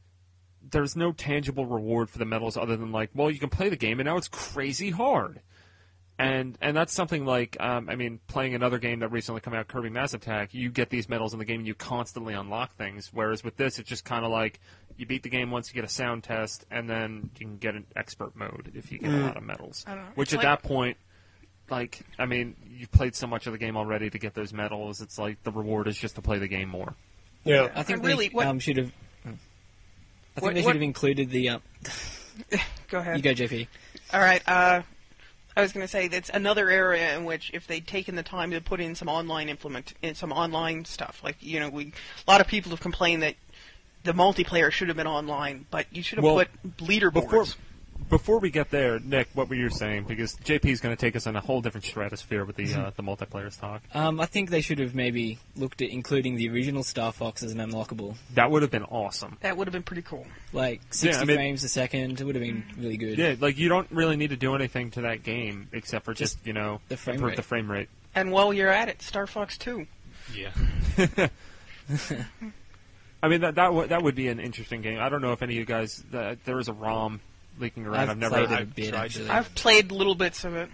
Speaker 2: there's no tangible reward for the medals other than like, well, you can play the game and now it's crazy hard. And and that's something like um, I mean, playing another game that recently came out, Kirby Mass Attack, you get these medals in the game and you constantly unlock things. Whereas with this, it's just kind of like you beat the game once, you get a sound test, and then you can get an expert mode if you get a lot of medals.
Speaker 6: I don't know.
Speaker 2: Which
Speaker 6: It's
Speaker 2: at
Speaker 6: like-
Speaker 2: that point, like I mean, you've played so much of the game already to get those medals. It's like the reward is just to play the game more.
Speaker 3: yeah.
Speaker 8: I think
Speaker 6: And really,
Speaker 8: they
Speaker 6: what-
Speaker 8: um, should have. I think
Speaker 6: What-
Speaker 8: they should
Speaker 6: what-
Speaker 8: have included the. Uh,
Speaker 6: Go ahead.
Speaker 8: you go, JP.
Speaker 6: All right. Uh, I was going to say that's another area in which, if they'd taken the time to put in some online implement in some online stuff, like you know, we a lot of people have complained that the multiplayer should have been online, but you should have
Speaker 2: Well,
Speaker 6: put leaderboards.
Speaker 2: before before we get there, Nick, what were you saying? Because JP is going to take us on a whole different stratosphere with the uh, the multiplayer's talk.
Speaker 8: Um, I think they should have maybe looked at including the original Star Fox as an unlockable.
Speaker 2: That would have been awesome.
Speaker 6: that would have been pretty cool.
Speaker 8: Like 60
Speaker 2: I mean-
Speaker 8: frames a second, it would have been really good.
Speaker 2: Yeah, like you don't really need to do anything to that game except for just, you know
Speaker 8: the frame
Speaker 2: improve
Speaker 8: rate.
Speaker 2: the frame rate.
Speaker 6: And while you're at it, Star Fox Two.
Speaker 7: Yeah.
Speaker 2: I mean that that w- that would be an interesting game. I don't know if any of you guys that there is a ROM leaking around. I've,
Speaker 8: I've,
Speaker 2: never
Speaker 8: played it a
Speaker 2: I've-
Speaker 8: bit
Speaker 7: tried-
Speaker 8: actually.
Speaker 6: I've played little bits of it.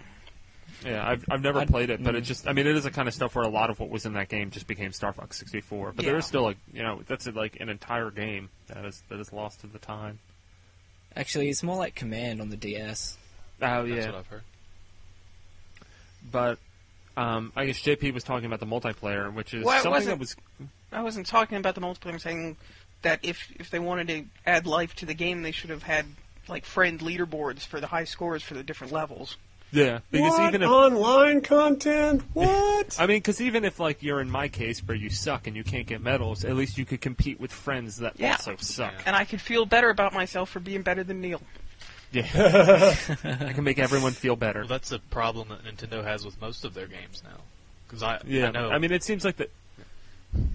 Speaker 2: yeah, I've I've never
Speaker 8: I'd-
Speaker 2: played it, but it
Speaker 8: mm.
Speaker 2: just I mean it is the kind of stuff where a lot of what was in that game just became Star Fox 64. But there
Speaker 6: Yeah.
Speaker 2: is still like, you know, that's like an entire game that is that is lost to the time.
Speaker 8: Actually, it's more like Command on the DS.
Speaker 2: Oh
Speaker 7: That's
Speaker 2: yeah.
Speaker 7: what I've heard.
Speaker 2: but um, I guess JP was talking about the multiplayer, which is
Speaker 6: Well, it
Speaker 2: something that
Speaker 6: wasn't-
Speaker 2: was
Speaker 6: I wasn't talking about the multiplayer. I'm saying that if if they wanted to add life to the game, they should have had like friend leaderboards for the high scores for the different levels.
Speaker 2: yeah because
Speaker 3: what
Speaker 2: even if
Speaker 3: online content? What?
Speaker 2: I mean because even if like you're in my case where you suck and you can't get medals, at least you could compete with friends that
Speaker 6: Yeah.
Speaker 2: also suck.
Speaker 6: And I could feel better about myself for being better than Neil.
Speaker 2: Yeah, I can make everyone feel better.
Speaker 7: Well, that's a problem that Nintendo has with most of their games now. Because I,
Speaker 2: yeah,
Speaker 7: I know.
Speaker 2: mean it seems like that.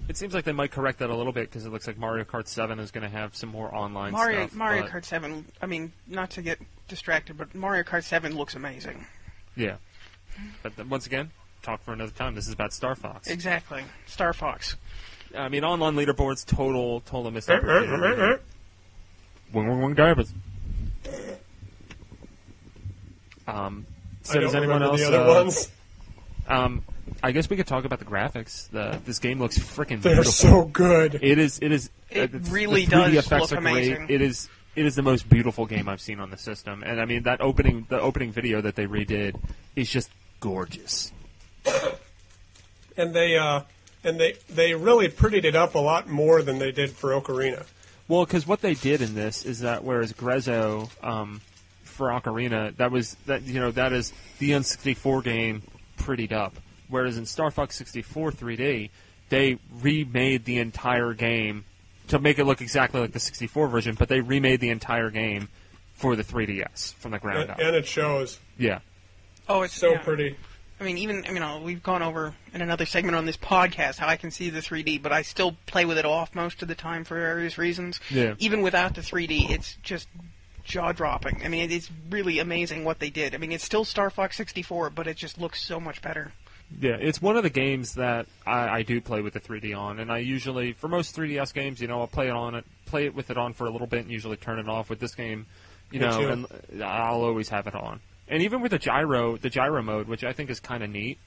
Speaker 2: It seems like they might correct that a little bit because it looks like Mario Kart Seven is going to have some more online
Speaker 6: Mario
Speaker 2: stuff.
Speaker 6: Mario
Speaker 2: but-
Speaker 6: Kart Seven. I mean, not to get distracted, but Mario Kart Seven looks amazing.
Speaker 2: yeah. But th- once again, talk for another time. This is about Star Fox.
Speaker 6: Exactly, Star Fox.
Speaker 2: I mean, online leaderboards, total, total missed opportunity. here.
Speaker 3: That's
Speaker 2: Wing wing wing divers. Um, so
Speaker 3: I don't
Speaker 2: does anyone
Speaker 3: remember
Speaker 2: else?
Speaker 3: the other
Speaker 2: uh,
Speaker 3: ones.
Speaker 2: Um, I guess we could talk about the graphics. The, this game looks freaking
Speaker 3: They're
Speaker 2: beautiful.
Speaker 3: so good.
Speaker 2: it is. It is. uh,
Speaker 6: It
Speaker 2: it's-
Speaker 6: really
Speaker 2: the 3D
Speaker 6: does
Speaker 2: effects
Speaker 6: look
Speaker 2: are great.
Speaker 6: amazing.
Speaker 2: It is. It is the most beautiful game I've seen on the system, and I mean that opening. The opening video that they redid is just gorgeous.
Speaker 3: and they uh, and they they really prettied it up a lot more than they did for Ocarina.
Speaker 2: Well, because what they did in this is that whereas Grezzo um, for Ocarina, that was that you know that is the N64 game prettied up. Whereas in Star Fox 64 3D, they remade the entire game to make it look exactly like the 64 version, but they remade the entire game for the 3DS from the ground
Speaker 3: And,
Speaker 2: up.
Speaker 3: and it shows
Speaker 2: Yeah.
Speaker 6: Oh, it's
Speaker 3: so
Speaker 6: yeah.
Speaker 3: pretty.
Speaker 6: I mean, even you know, we've gone over in another segment on this podcast how I can see the 3D, but I still play with it off most of the time for various reasons.
Speaker 2: Yeah.
Speaker 6: Even without the 3D, it's just jaw dropping. I mean, it's really amazing what they did. I mean, it's still Star Fox 64, but it just looks so much better.
Speaker 2: Yeah, it's one of the games that I, I do play with the 3D on, and I usually, for most 3DS games, you know, I'll play it on it, play it with it on for a little bit, and usually turn it off. With this game, you
Speaker 3: Me
Speaker 2: know,
Speaker 3: too.
Speaker 2: and I'll always have it on, and even with the gyro, the gyro mode, which I think is kind of neat.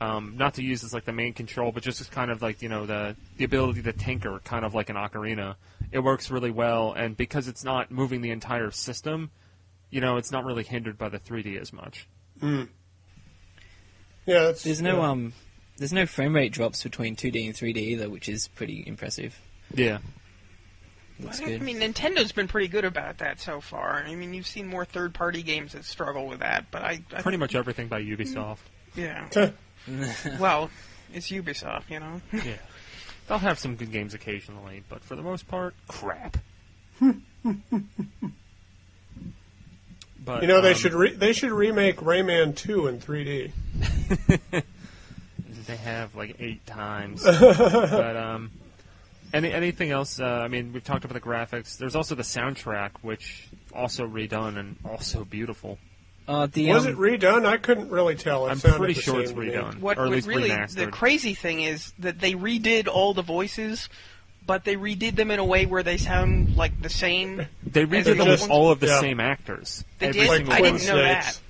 Speaker 2: Um, not to use as like the main control, but just as kind of like you know the the ability to tinker, kind of like an ocarina. It works really well, and because it's not moving the entire system, you know, it's not really hindered by the 3D as much.
Speaker 3: Yeah, that's,
Speaker 8: There's no
Speaker 3: yeah.
Speaker 8: um, there's no frame rate drops between 2D and 3D either, which is pretty impressive.
Speaker 2: Yeah.
Speaker 8: Looks
Speaker 6: I
Speaker 8: good.
Speaker 6: mean, Nintendo's been pretty good about that so far. I mean, you've seen more third-party games that struggle with that, but I, I
Speaker 2: Pretty much everything by Ubisoft.
Speaker 6: yeah.
Speaker 3: mm.
Speaker 6: well, it's Ubisoft, you know.
Speaker 2: Yeah. They'll have some good games occasionally, but for the most part, crap. but
Speaker 3: You know they
Speaker 2: um,
Speaker 3: should re- they should remake Rayman two in 3D.
Speaker 2: they have like eight times. but um, any anything else? Uh, I mean, we've talked about the graphics. There's also the soundtrack, which also redone and also beautiful.
Speaker 8: Uh, the
Speaker 3: Was
Speaker 8: um,
Speaker 3: it redone? I couldn't really tell. It
Speaker 2: I'm
Speaker 3: sounded
Speaker 2: pretty
Speaker 3: the
Speaker 2: sure it's
Speaker 3: same to me.
Speaker 2: redone,
Speaker 6: What,
Speaker 2: or at
Speaker 6: what
Speaker 2: least
Speaker 6: really
Speaker 2: remastered.
Speaker 6: the crazy thing is that they redid all the voices, but they redid them in a way redid them like the same.
Speaker 2: they redid them
Speaker 3: just-
Speaker 2: with all of the
Speaker 3: yeah.
Speaker 2: same actors.
Speaker 6: They
Speaker 2: Every
Speaker 6: did?
Speaker 2: single
Speaker 6: I
Speaker 2: one.
Speaker 6: didn't know that.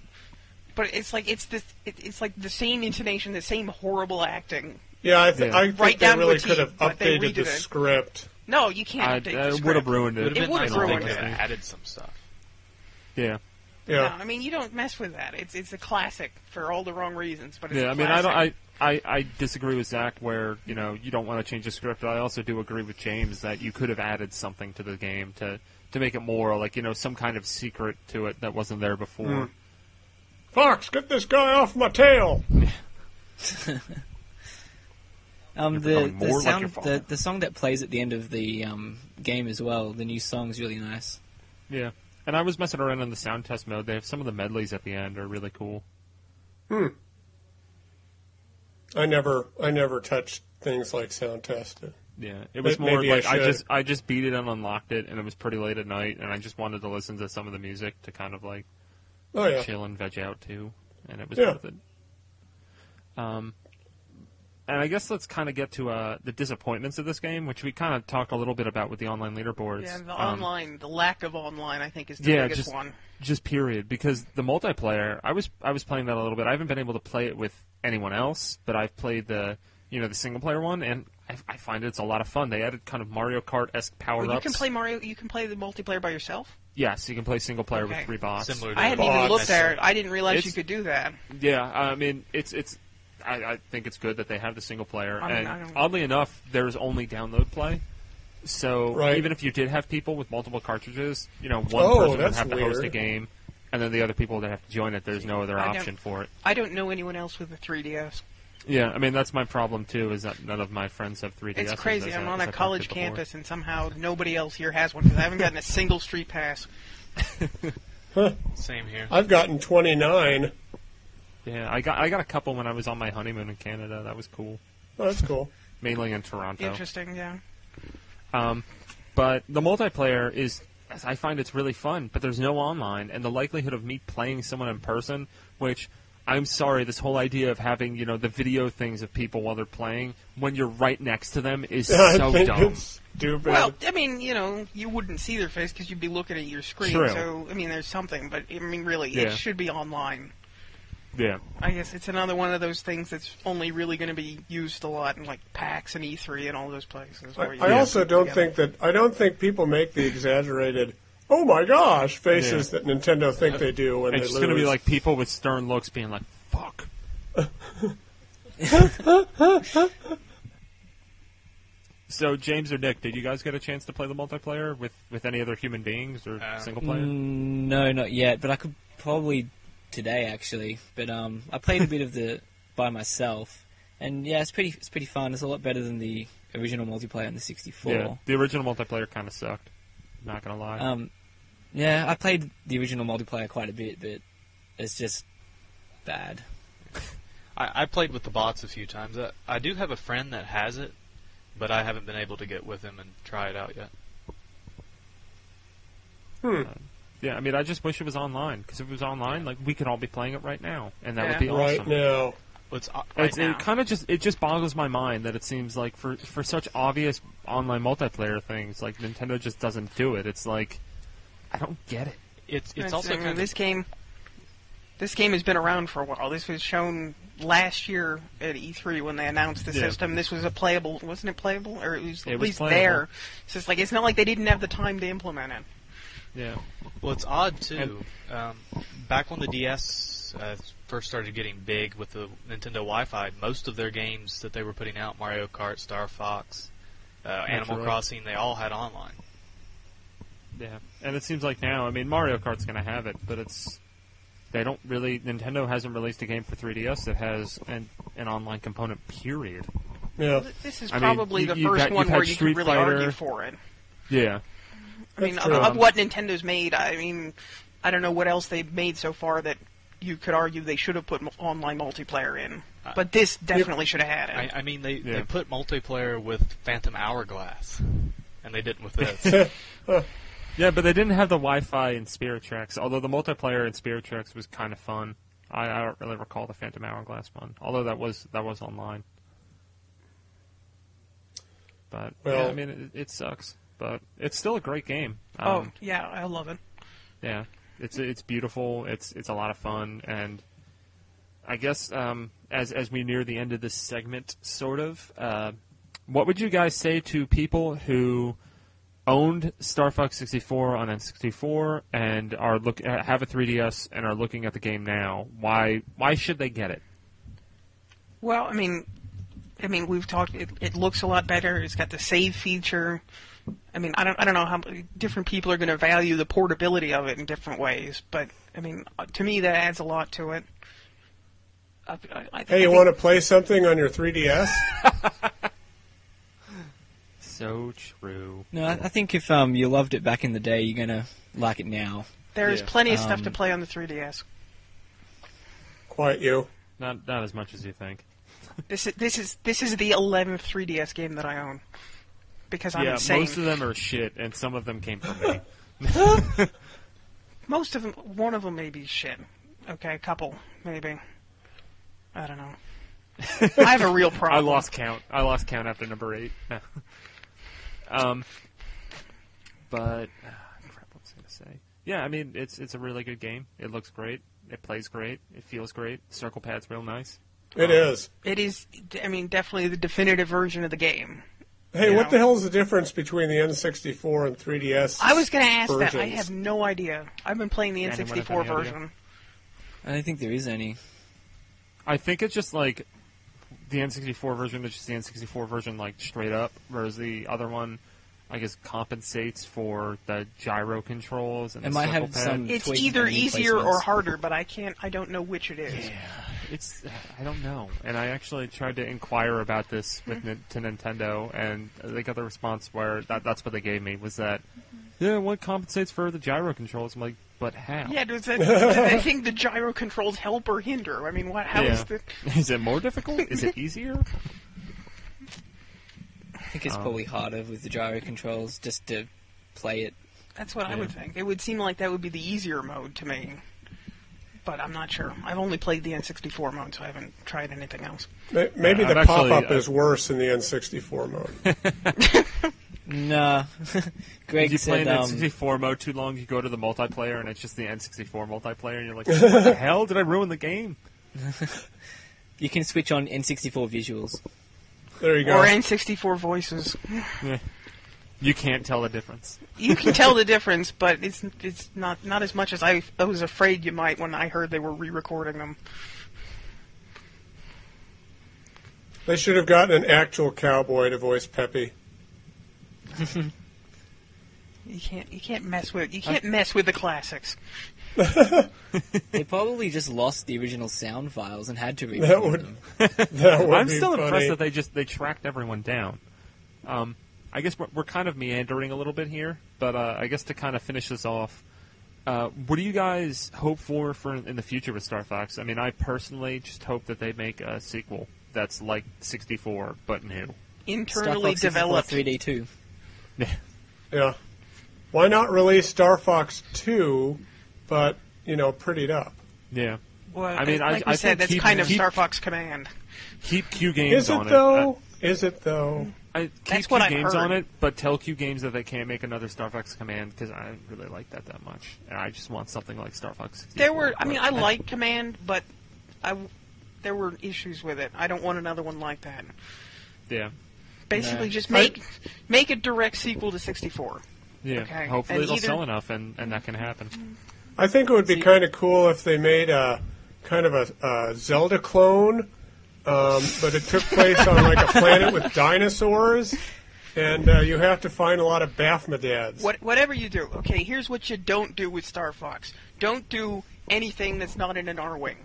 Speaker 6: But it's like it's this. It, it's like the same intonation, the same horrible acting.
Speaker 3: Yeah, I, th-
Speaker 2: Yeah.
Speaker 3: I think
Speaker 6: Right
Speaker 3: they
Speaker 6: down to
Speaker 3: really
Speaker 6: a T,
Speaker 3: could have
Speaker 6: but they
Speaker 3: updated the
Speaker 6: redid it.
Speaker 3: script.
Speaker 6: No, you can't.
Speaker 2: I,
Speaker 6: update the
Speaker 2: I would have
Speaker 6: script.
Speaker 2: ruined it.
Speaker 7: Would have been nice
Speaker 6: would've
Speaker 7: if they
Speaker 6: ruined
Speaker 7: could have
Speaker 6: it.
Speaker 7: added some stuff.
Speaker 2: Yeah.
Speaker 3: Yeah,
Speaker 6: No, I mean you don't mess with that. It's it's a classic for all the wrong reasons. But it's
Speaker 2: Yeah,
Speaker 6: a
Speaker 2: I mean, I don't.
Speaker 6: classic.
Speaker 2: I, I, I disagree with Zach where you know you don't want to change the script. I also do agree with James that you could have added something to the game to to make it more like you know some kind of secret to it that wasn't there before.
Speaker 3: Hmm. Mm. Fox, get this guy off my tail.
Speaker 8: um
Speaker 2: You're
Speaker 8: the
Speaker 2: becoming
Speaker 8: the
Speaker 2: more like
Speaker 8: sound
Speaker 2: your father.
Speaker 8: the, the song that plays at the end of the um game as well. The new song's really nice.
Speaker 2: Yeah, and I was messing around on the sound test mode. They have some of the medleys at the end are really cool.
Speaker 3: I never, I never touched things like sound tested.
Speaker 2: Yeah, it was
Speaker 3: May-
Speaker 2: more
Speaker 3: maybe I
Speaker 2: like I
Speaker 3: should.
Speaker 2: just I just beat it and unlocked it, and it was pretty late at night, and I just wanted to listen to some of the music to kind of like
Speaker 3: Oh yeah,
Speaker 2: chill and veg out too, and it was
Speaker 3: Yeah.
Speaker 2: worth it. Um, and I guess let's kind of get to uh, the disappointments of this game, which we kind of talked a little bit about with the online leaderboards.
Speaker 6: yeah, the
Speaker 2: Um,
Speaker 6: online, the lack of online, I think is the
Speaker 2: yeah,
Speaker 6: biggest
Speaker 2: just
Speaker 6: one.
Speaker 2: just period because the multiplayer. I was I was playing that a little bit. I haven't been able to play it with anyone else, but I've played the you know the single player one, and I, I find it's a lot of fun. They added kind of Mario Kart esque power
Speaker 6: Well,
Speaker 2: ups.
Speaker 6: you can play Mario. You can play the multiplayer by yourself.
Speaker 2: yes, you can play single player
Speaker 6: Okay.
Speaker 2: with three bots.
Speaker 7: Similar to
Speaker 6: I hadn't even
Speaker 3: Bots.
Speaker 6: looked there. I didn't realize
Speaker 2: It's-
Speaker 6: you could do that.
Speaker 2: Yeah, I mean, it's it's. I, I think it's good that they have the single player,
Speaker 6: I mean,
Speaker 2: and
Speaker 6: I don't-
Speaker 2: oddly enough, there's only download play. So
Speaker 3: Right.
Speaker 2: even if you did have people with multiple cartridges, you know, one
Speaker 3: Oh,
Speaker 2: person would
Speaker 3: that's
Speaker 2: have to host a
Speaker 3: weird.
Speaker 2: game, and then the other people that have to join it. There's no other
Speaker 6: I don't-
Speaker 2: option for it.
Speaker 6: I don't know anyone else with a 3DS.
Speaker 2: Yeah, I mean that's my problem too. Is that none of my friends have 3DS?
Speaker 6: It's crazy.
Speaker 2: as I-
Speaker 6: I'm on
Speaker 2: as I
Speaker 6: a
Speaker 2: talked
Speaker 6: college
Speaker 2: before.
Speaker 6: campus, and somehow nobody else here has one because I haven't gotten a single street pass.
Speaker 7: Same here.
Speaker 3: I've gotten 29.
Speaker 2: Yeah, I got I got a couple when I was on my honeymoon in Canada. That was cool,
Speaker 3: Oh, that's cool.
Speaker 2: mainly in Toronto.
Speaker 6: Interesting, yeah.
Speaker 2: Um, but the multiplayer is, I find it's really fun, but there's no online, and the likelihood of me playing someone in person, which I'm sorry, this whole idea of having you know the video things of people while they're playing when you're right next to them is
Speaker 3: I
Speaker 2: so
Speaker 3: think
Speaker 2: dumb.
Speaker 3: it's stupid.
Speaker 6: Well, I mean, you know, you wouldn't see their face because you'd be looking at your screen.
Speaker 2: True.
Speaker 6: So, I mean, there's something, but I mean, really,
Speaker 2: Yeah.
Speaker 6: it should be online.
Speaker 2: Yeah,
Speaker 6: I guess it's another one of those things that's only really going to be used a lot in like PAX and E3 and all those places.
Speaker 3: I,
Speaker 6: where you
Speaker 3: I
Speaker 6: get
Speaker 3: also don't
Speaker 6: together.
Speaker 3: think that I don't think people make the exaggerated "oh my gosh" faces that Nintendo think they do when
Speaker 2: it's
Speaker 3: they
Speaker 2: just
Speaker 3: lose.
Speaker 2: gonna be like people with stern looks being like, "Fuck." So James or Nick, did you guys get a chance to play the multiplayer with, with any other human beings or
Speaker 7: Uh,
Speaker 2: single player?
Speaker 8: Mm, no, not yet, but I could probably today actually. But um, I played a bit of the by myself, and yeah, it's pretty it's pretty fun. It's a lot better than the original multiplayer in the 64.
Speaker 2: Yeah, the original multiplayer kind of sucked. Not gonna lie.
Speaker 8: Um, yeah, I played the original multiplayer quite a bit, but it's just bad.
Speaker 7: I, I played with the bots a few times. I, I do have a friend that has it, but I haven't been able to get with him and try it out yet.
Speaker 6: Hmm.
Speaker 2: Um, yeah, I mean, I just wish it was online because if it was online, like we could all be playing it right now, and that would
Speaker 6: Yeah. uh,
Speaker 2: be
Speaker 3: right
Speaker 2: awesome.
Speaker 3: now.
Speaker 7: Well, It's, o- right
Speaker 2: It's,
Speaker 7: now.
Speaker 2: It kind of just it just boggles my mind that it seems like for for such obvious online multiplayer things, like Nintendo just doesn't do it. It's like I don't get it.
Speaker 7: it's it's
Speaker 6: That's-
Speaker 7: also
Speaker 6: I mean,
Speaker 7: kind of
Speaker 6: this game. this game has been around for a while. This was shown last year at E3 when they announced the
Speaker 2: Yeah.
Speaker 6: system. This was a playable, wasn't it playable, or it was
Speaker 2: It
Speaker 6: at
Speaker 2: was
Speaker 6: least
Speaker 2: playable.
Speaker 6: there. So it's like it's not like they didn't have the time to implement it.
Speaker 2: Yeah.
Speaker 7: Well, it's odd too. Um, back when the DS uh, first started getting big with the Nintendo Wi-Fi, most of their games that they were putting out, Mario Kart, Star Fox, uh, Animal
Speaker 2: Metroid.
Speaker 7: Crossing, they all had online.
Speaker 2: Yeah, and it seems like now, I mean, Mario Kart's going to have it, but it's they don't really. Nintendo hasn't released a game for 3DS that has an an online component. Period.
Speaker 3: Yeah.
Speaker 6: Th- This is
Speaker 2: I mean,
Speaker 6: probably
Speaker 2: you-
Speaker 6: the
Speaker 2: you've
Speaker 6: first
Speaker 2: got-
Speaker 6: one
Speaker 2: you've
Speaker 6: where
Speaker 2: had
Speaker 6: you
Speaker 2: Street
Speaker 6: can really argue
Speaker 2: Fighter.
Speaker 6: for it.
Speaker 2: Yeah,
Speaker 6: I mean,
Speaker 3: That's
Speaker 6: of,
Speaker 3: true.
Speaker 6: of what Nintendo's made, I mean, I don't know what else they've made so far that you could argue they should have put m- online multiplayer in.
Speaker 2: Uh,
Speaker 7: I-
Speaker 6: But this definitely should have had
Speaker 7: I,
Speaker 6: it.
Speaker 7: I mean, they,
Speaker 2: Yeah.
Speaker 7: they put multiplayer with Phantom Hourglass, and they didn't with this.
Speaker 2: yeah, but they didn't have the Wi-Fi in Spirit Tracks. Although the multiplayer in Spirit Tracks was kind of fun. I, I don't really recall the Phantom Hourglass one. Although that was that was online. But yeah,
Speaker 3: Well-
Speaker 2: I mean, it, it sucks, but it's still a great game.
Speaker 6: oh,
Speaker 2: Um,
Speaker 6: yeah, I love it.
Speaker 2: Yeah, it's it's beautiful. It's it's a lot of fun, and I guess um, as as we near the end of this segment, sort of, uh, what would you guys say to people who owned Star Fox 64 on N64 and are look uh, have a 3DS and are looking at the game now? Why why should they get it?
Speaker 6: Well, I mean, I mean, we've talked. It, it looks a lot better. It's got the save feature. I mean, I don't, I don't know how different people are going to value the portability of it in different ways, but I mean, uh, to me, that adds a lot to it. I, I, I
Speaker 3: Hey, you
Speaker 6: think-
Speaker 3: want to play something on your 3DS?
Speaker 2: So true.
Speaker 8: No, I, I think if um, you loved it back in the day, you're gonna like it now.
Speaker 6: There's
Speaker 2: Yeah.
Speaker 6: plenty of stuff to
Speaker 8: Um,
Speaker 6: play on the 3DS.
Speaker 3: Quiet you.
Speaker 2: Not not as much as you think.
Speaker 6: This is this is this is the 11th 3DS game that I own because I'm
Speaker 2: yeah,
Speaker 6: insane.
Speaker 2: most of them are shit, and some of them came from me.
Speaker 6: Most of them, one of them may be shit. Okay, a couple maybe. I don't know. I have a real problem.
Speaker 2: I lost count. I lost count after number eight. No. um, but ah, crap, what was I gonna say? Yeah, I mean it's it's a really good game. It looks great. It plays great. It feels great. Circle pad's real nice. Um,
Speaker 3: It is.
Speaker 6: It is, I mean, definitely the definitive version of the game.
Speaker 3: Hey,
Speaker 6: you
Speaker 3: what
Speaker 6: know.
Speaker 3: the hell is the difference between the N64 and 3DS?
Speaker 6: I was going to ask that. I
Speaker 3: Versions.
Speaker 6: have no idea. I've been playing the
Speaker 2: Yeah, anyone have
Speaker 6: N64
Speaker 2: any idea?
Speaker 6: version.
Speaker 8: I don't think there is any.
Speaker 2: I think it's just like the N64 version is just the N64 version, like straight up, whereas the other one, I guess, compensates for the gyro controls and
Speaker 8: It
Speaker 2: the
Speaker 8: might
Speaker 2: circle
Speaker 8: have
Speaker 2: pad.
Speaker 8: some-
Speaker 6: It's
Speaker 8: Tweak
Speaker 6: either
Speaker 8: and
Speaker 6: easier or
Speaker 8: replacements.
Speaker 6: harder, but I can't. I don't know which it is.
Speaker 2: It's I don't know, and I actually tried to inquire about this with Nin-
Speaker 6: Mm-hmm.
Speaker 2: to Nintendo, and they got the response where that, that's what they gave me was that
Speaker 8: Mm-hmm.
Speaker 2: yeah, what compensates for the gyro controls? I'm like, but how?
Speaker 6: Yeah, does that, does that- I think the gyro controls help or hinder. I mean, what? How is
Speaker 2: Yeah.
Speaker 6: the?
Speaker 2: is it more difficult? Is it easier?
Speaker 8: I think it's
Speaker 2: Um,
Speaker 8: probably harder with the gyro controls just to play it.
Speaker 6: That's what I
Speaker 2: Yeah.
Speaker 6: would think. It would seem like that would be the easier mode to me. But I'm not sure. I've only played the N64 mode, so I haven't tried anything else.
Speaker 3: Ma- Maybe
Speaker 2: Yeah,
Speaker 3: the
Speaker 2: I've
Speaker 3: pop
Speaker 2: actually,
Speaker 3: up
Speaker 2: uh,
Speaker 3: is worse in the N64 mode.
Speaker 8: Nah, Greg
Speaker 2: you play
Speaker 8: said
Speaker 2: in
Speaker 8: um,
Speaker 2: N64 mode too long, you go to the multiplayer, and it's just the N64 multiplayer, and you're like, what the hell? Did I ruin the game?
Speaker 8: you can switch on N64 visuals.
Speaker 3: There you go.
Speaker 6: Or N64 voices.
Speaker 2: You can't tell the difference.
Speaker 6: you can tell the difference, but it's it's not not as much as I, I was afraid you might when I heard they were re-recording them.
Speaker 3: They should have gotten an actual cowboy to voice Peppy.
Speaker 6: You can't you can't mess with you can't mess with the classics.
Speaker 8: they probably just lost the original sound files and had to
Speaker 3: That
Speaker 8: record
Speaker 3: would.
Speaker 8: them.
Speaker 3: That would
Speaker 2: I'm
Speaker 3: be
Speaker 2: still
Speaker 3: funny.
Speaker 2: impressed that they just they tracked everyone down. Um, I guess we're, we're kind of meandering a little bit here, but uh, I guess to kind of finish this off, uh, what do you guys hope for for in the future with Star Fox? I mean, I personally just hope that they make a sequel that's like 64 but new.
Speaker 8: Star
Speaker 6: Internally
Speaker 8: Fox 64
Speaker 6: developed.
Speaker 8: 3D too.
Speaker 3: Yeah. Why not release Star Fox 2, but, you know, prettied up?
Speaker 2: yeah.
Speaker 6: Well, uh,
Speaker 2: I mean, I-
Speaker 6: like
Speaker 2: I
Speaker 6: we said,
Speaker 2: think
Speaker 6: that's
Speaker 2: keep-
Speaker 6: kind of
Speaker 2: keep-
Speaker 6: Star Fox Command.
Speaker 2: Keep Q games
Speaker 3: Is it,
Speaker 2: on
Speaker 3: though?
Speaker 2: it.
Speaker 3: Is it, though?
Speaker 2: I keep
Speaker 6: That's
Speaker 2: Q
Speaker 6: what I've
Speaker 2: games on
Speaker 6: heard.
Speaker 2: it, but tell Q games that they can't make another Star Fox Command because I don't really like that that much, and I just want something like Star Fox. 64,
Speaker 6: There were. I mean,
Speaker 2: but-
Speaker 6: I like Command, but I w- there were issues with it. I don't want another one like that.
Speaker 2: Yeah,
Speaker 6: Basically,
Speaker 8: No.
Speaker 6: just make make a direct sequel to 64.
Speaker 2: yeah.
Speaker 6: Okay.
Speaker 2: Hopefully,
Speaker 6: And
Speaker 2: it'll
Speaker 6: either-
Speaker 2: sell enough, and, and that can happen.
Speaker 3: I think it would be
Speaker 6: See-
Speaker 3: kind of cool if they made a kind of a, a Zelda clone, um, but it took place on like a planet with dinosaurs, and uh, you have to find a lot of Baphomedads.
Speaker 6: What whatever you do. Okay, here's what you don't do with Star Fox. Don't do anything that's not in an R wing.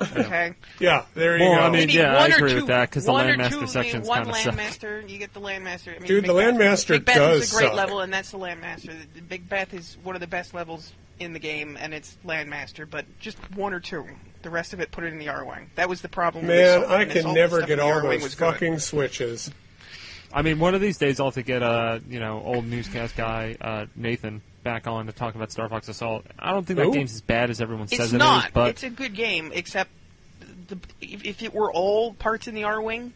Speaker 6: Okay.
Speaker 3: Yeah, there you
Speaker 2: Well,
Speaker 3: go.
Speaker 2: I mean-
Speaker 6: Maybe
Speaker 2: yeah, I
Speaker 6: one or
Speaker 2: agree
Speaker 6: two-
Speaker 2: with that, 'cause the
Speaker 6: one or
Speaker 2: Landmaster
Speaker 6: two,
Speaker 2: sections
Speaker 6: One
Speaker 2: kinda suck.
Speaker 6: landmaster, you get the landmaster. I mean,
Speaker 3: Dude, the
Speaker 6: Macbeth-
Speaker 3: landmaster
Speaker 6: Macbeth
Speaker 3: does
Speaker 6: is a great
Speaker 3: suck.
Speaker 6: level, and that's the landmaster. The- the Big Beth is one of the best levels in the game, and it's landmaster. But just one or two. The rest of it, put it in the R wing. That was the problem. with
Speaker 3: Man,
Speaker 6: Assault,
Speaker 3: I
Speaker 6: and
Speaker 3: can
Speaker 6: Assault
Speaker 3: never
Speaker 6: stuff in
Speaker 3: get
Speaker 6: the
Speaker 3: all
Speaker 6: R-Wing
Speaker 3: those
Speaker 6: was good.
Speaker 3: fucking switches.
Speaker 2: I mean, one of these days, I'll have to get uh, you know old newscast guy uh, Nathan back on to talk about Star Fox Assault. I don't think that
Speaker 3: Who?
Speaker 2: game's as bad as everyone
Speaker 6: It's
Speaker 2: says
Speaker 6: not.
Speaker 2: it is, but
Speaker 6: It's a good game, except the, if, if it were all parts in the R wing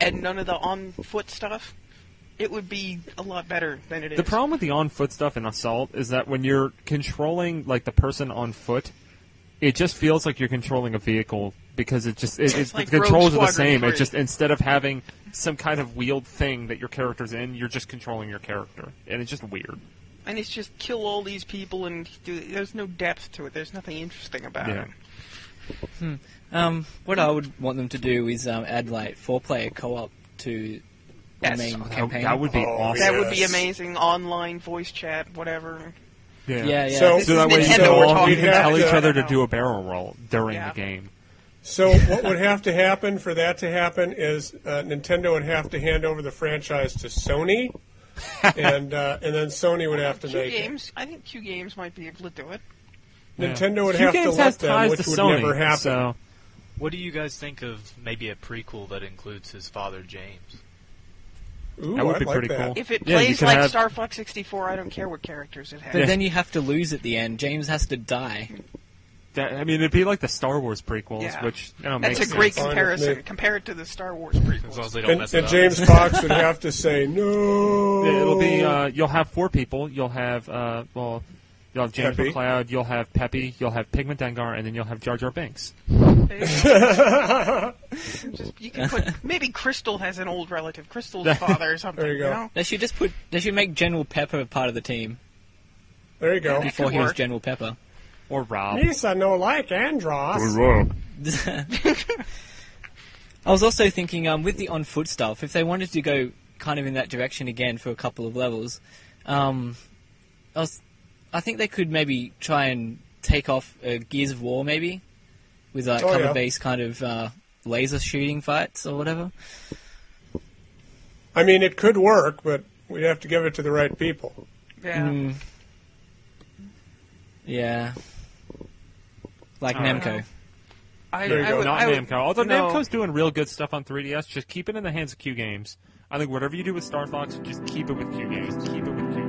Speaker 6: and none of the on foot stuff, it would be a lot better than it is.
Speaker 2: The problem with the on foot stuff in Assault is that when you're controlling like the person on foot, it just feels like you're controlling a vehicle because it just it,
Speaker 6: It's
Speaker 2: it,
Speaker 6: like
Speaker 2: the
Speaker 6: Rogue
Speaker 2: controls are the
Speaker 6: Squadron
Speaker 2: same. It's
Speaker 6: 3.
Speaker 2: just instead of having some kind of wheeled thing that your character's in, you're just controlling your character, and it's just weird.
Speaker 6: and it's just kill all these people and do, there's no depth to it. There's nothing interesting about
Speaker 2: Yeah.
Speaker 6: it.
Speaker 8: Um, what I would want them to do is um, add like four-player co-op to the
Speaker 6: Yes.
Speaker 8: main
Speaker 2: That,
Speaker 8: campaign.
Speaker 2: that would be
Speaker 3: Oh,
Speaker 2: awesome.
Speaker 6: That would be
Speaker 3: Yes.
Speaker 6: amazing. Online voice chat, whatever.
Speaker 2: yeah.
Speaker 8: yeah, yeah.
Speaker 3: So-
Speaker 6: This
Speaker 2: So
Speaker 6: is
Speaker 2: that way you
Speaker 6: Nintendo
Speaker 2: can
Speaker 3: we're
Speaker 2: all you
Speaker 3: talking
Speaker 2: can tell
Speaker 3: about.
Speaker 2: each other to
Speaker 6: Yeah.
Speaker 2: do a barrel roll during
Speaker 6: Yeah.
Speaker 2: the game.
Speaker 3: So what would have to happen for that to happen is uh, Nintendo would have to hand over the franchise to Sony, and uh, and then Sony would have to
Speaker 6: Q
Speaker 3: make it.
Speaker 6: games. I think Q games might be able to do it.
Speaker 3: Nintendo would
Speaker 2: Q
Speaker 3: have to
Speaker 2: Games has
Speaker 3: let them,
Speaker 2: ties
Speaker 3: which
Speaker 2: to
Speaker 3: would
Speaker 2: Sony,
Speaker 3: never happen.
Speaker 2: So
Speaker 7: What do you guys think of maybe a prequel that includes his father James?
Speaker 3: Ooh,
Speaker 2: That would
Speaker 3: I'd
Speaker 2: be
Speaker 3: like
Speaker 2: pretty
Speaker 3: that.
Speaker 2: cool.
Speaker 6: If it
Speaker 2: Yeah, you
Speaker 6: plays
Speaker 2: could
Speaker 6: like
Speaker 2: have-
Speaker 6: Star Fox 64, I don't care what characters it has.
Speaker 8: But then you have to lose at the end. James has to die.
Speaker 2: that, I mean, it'd be like the Star Wars prequels,
Speaker 6: Yeah.
Speaker 2: which you know
Speaker 6: That's
Speaker 2: makes
Speaker 6: a great
Speaker 2: sense.
Speaker 3: Fine with me.
Speaker 6: comparison. Compare it to the Star Wars
Speaker 7: As long as
Speaker 6: prequels.
Speaker 7: they don't
Speaker 3: And,
Speaker 7: mess it
Speaker 3: and
Speaker 7: up.
Speaker 3: James Fox would have to say no.
Speaker 2: Yeah, It'll be uh, you'll have four people. You'll have uh, well, you'll have James
Speaker 3: Peppy.
Speaker 2: McCloud, you'll have Peppy, you'll have Pigment Dengar, and then you'll have Jar Jar Binks.
Speaker 6: There you go. Just- you can put maybe Crystal has an old relative, Crystal's father or something.
Speaker 3: There you go.
Speaker 6: know?
Speaker 8: They should just put. They should make General Pepper part of the team
Speaker 3: there you go.
Speaker 8: before
Speaker 6: could
Speaker 8: he was
Speaker 6: work.
Speaker 8: General Pepper.
Speaker 2: Or Rob.
Speaker 3: Lisa no like Andros.
Speaker 8: I was also thinking, um, with the on foot stuff, if they wanted to go kind of in that direction again for a couple of levels, um, I, was, I think they could maybe try and take off uh, Gears of War, maybe with uh, like
Speaker 3: Oh,
Speaker 8: cover
Speaker 3: yeah.
Speaker 8: based kind of uh, laser shooting fights or whatever.
Speaker 3: I mean, it could work, but we'd have to give it to the right people.
Speaker 6: Yeah.
Speaker 8: Mm. Yeah. Like
Speaker 2: Oh,
Speaker 8: Namco.
Speaker 6: Uh-huh. I,
Speaker 3: There you
Speaker 6: I
Speaker 3: go.
Speaker 6: would,
Speaker 2: Not
Speaker 6: I would,
Speaker 2: Namco. Although
Speaker 6: no.
Speaker 2: Namco's doing real good stuff on 3DS, just keep it in the hands of Q Games. I think whatever you do with Star Fox, just keep it with Q Games. Keep it with Q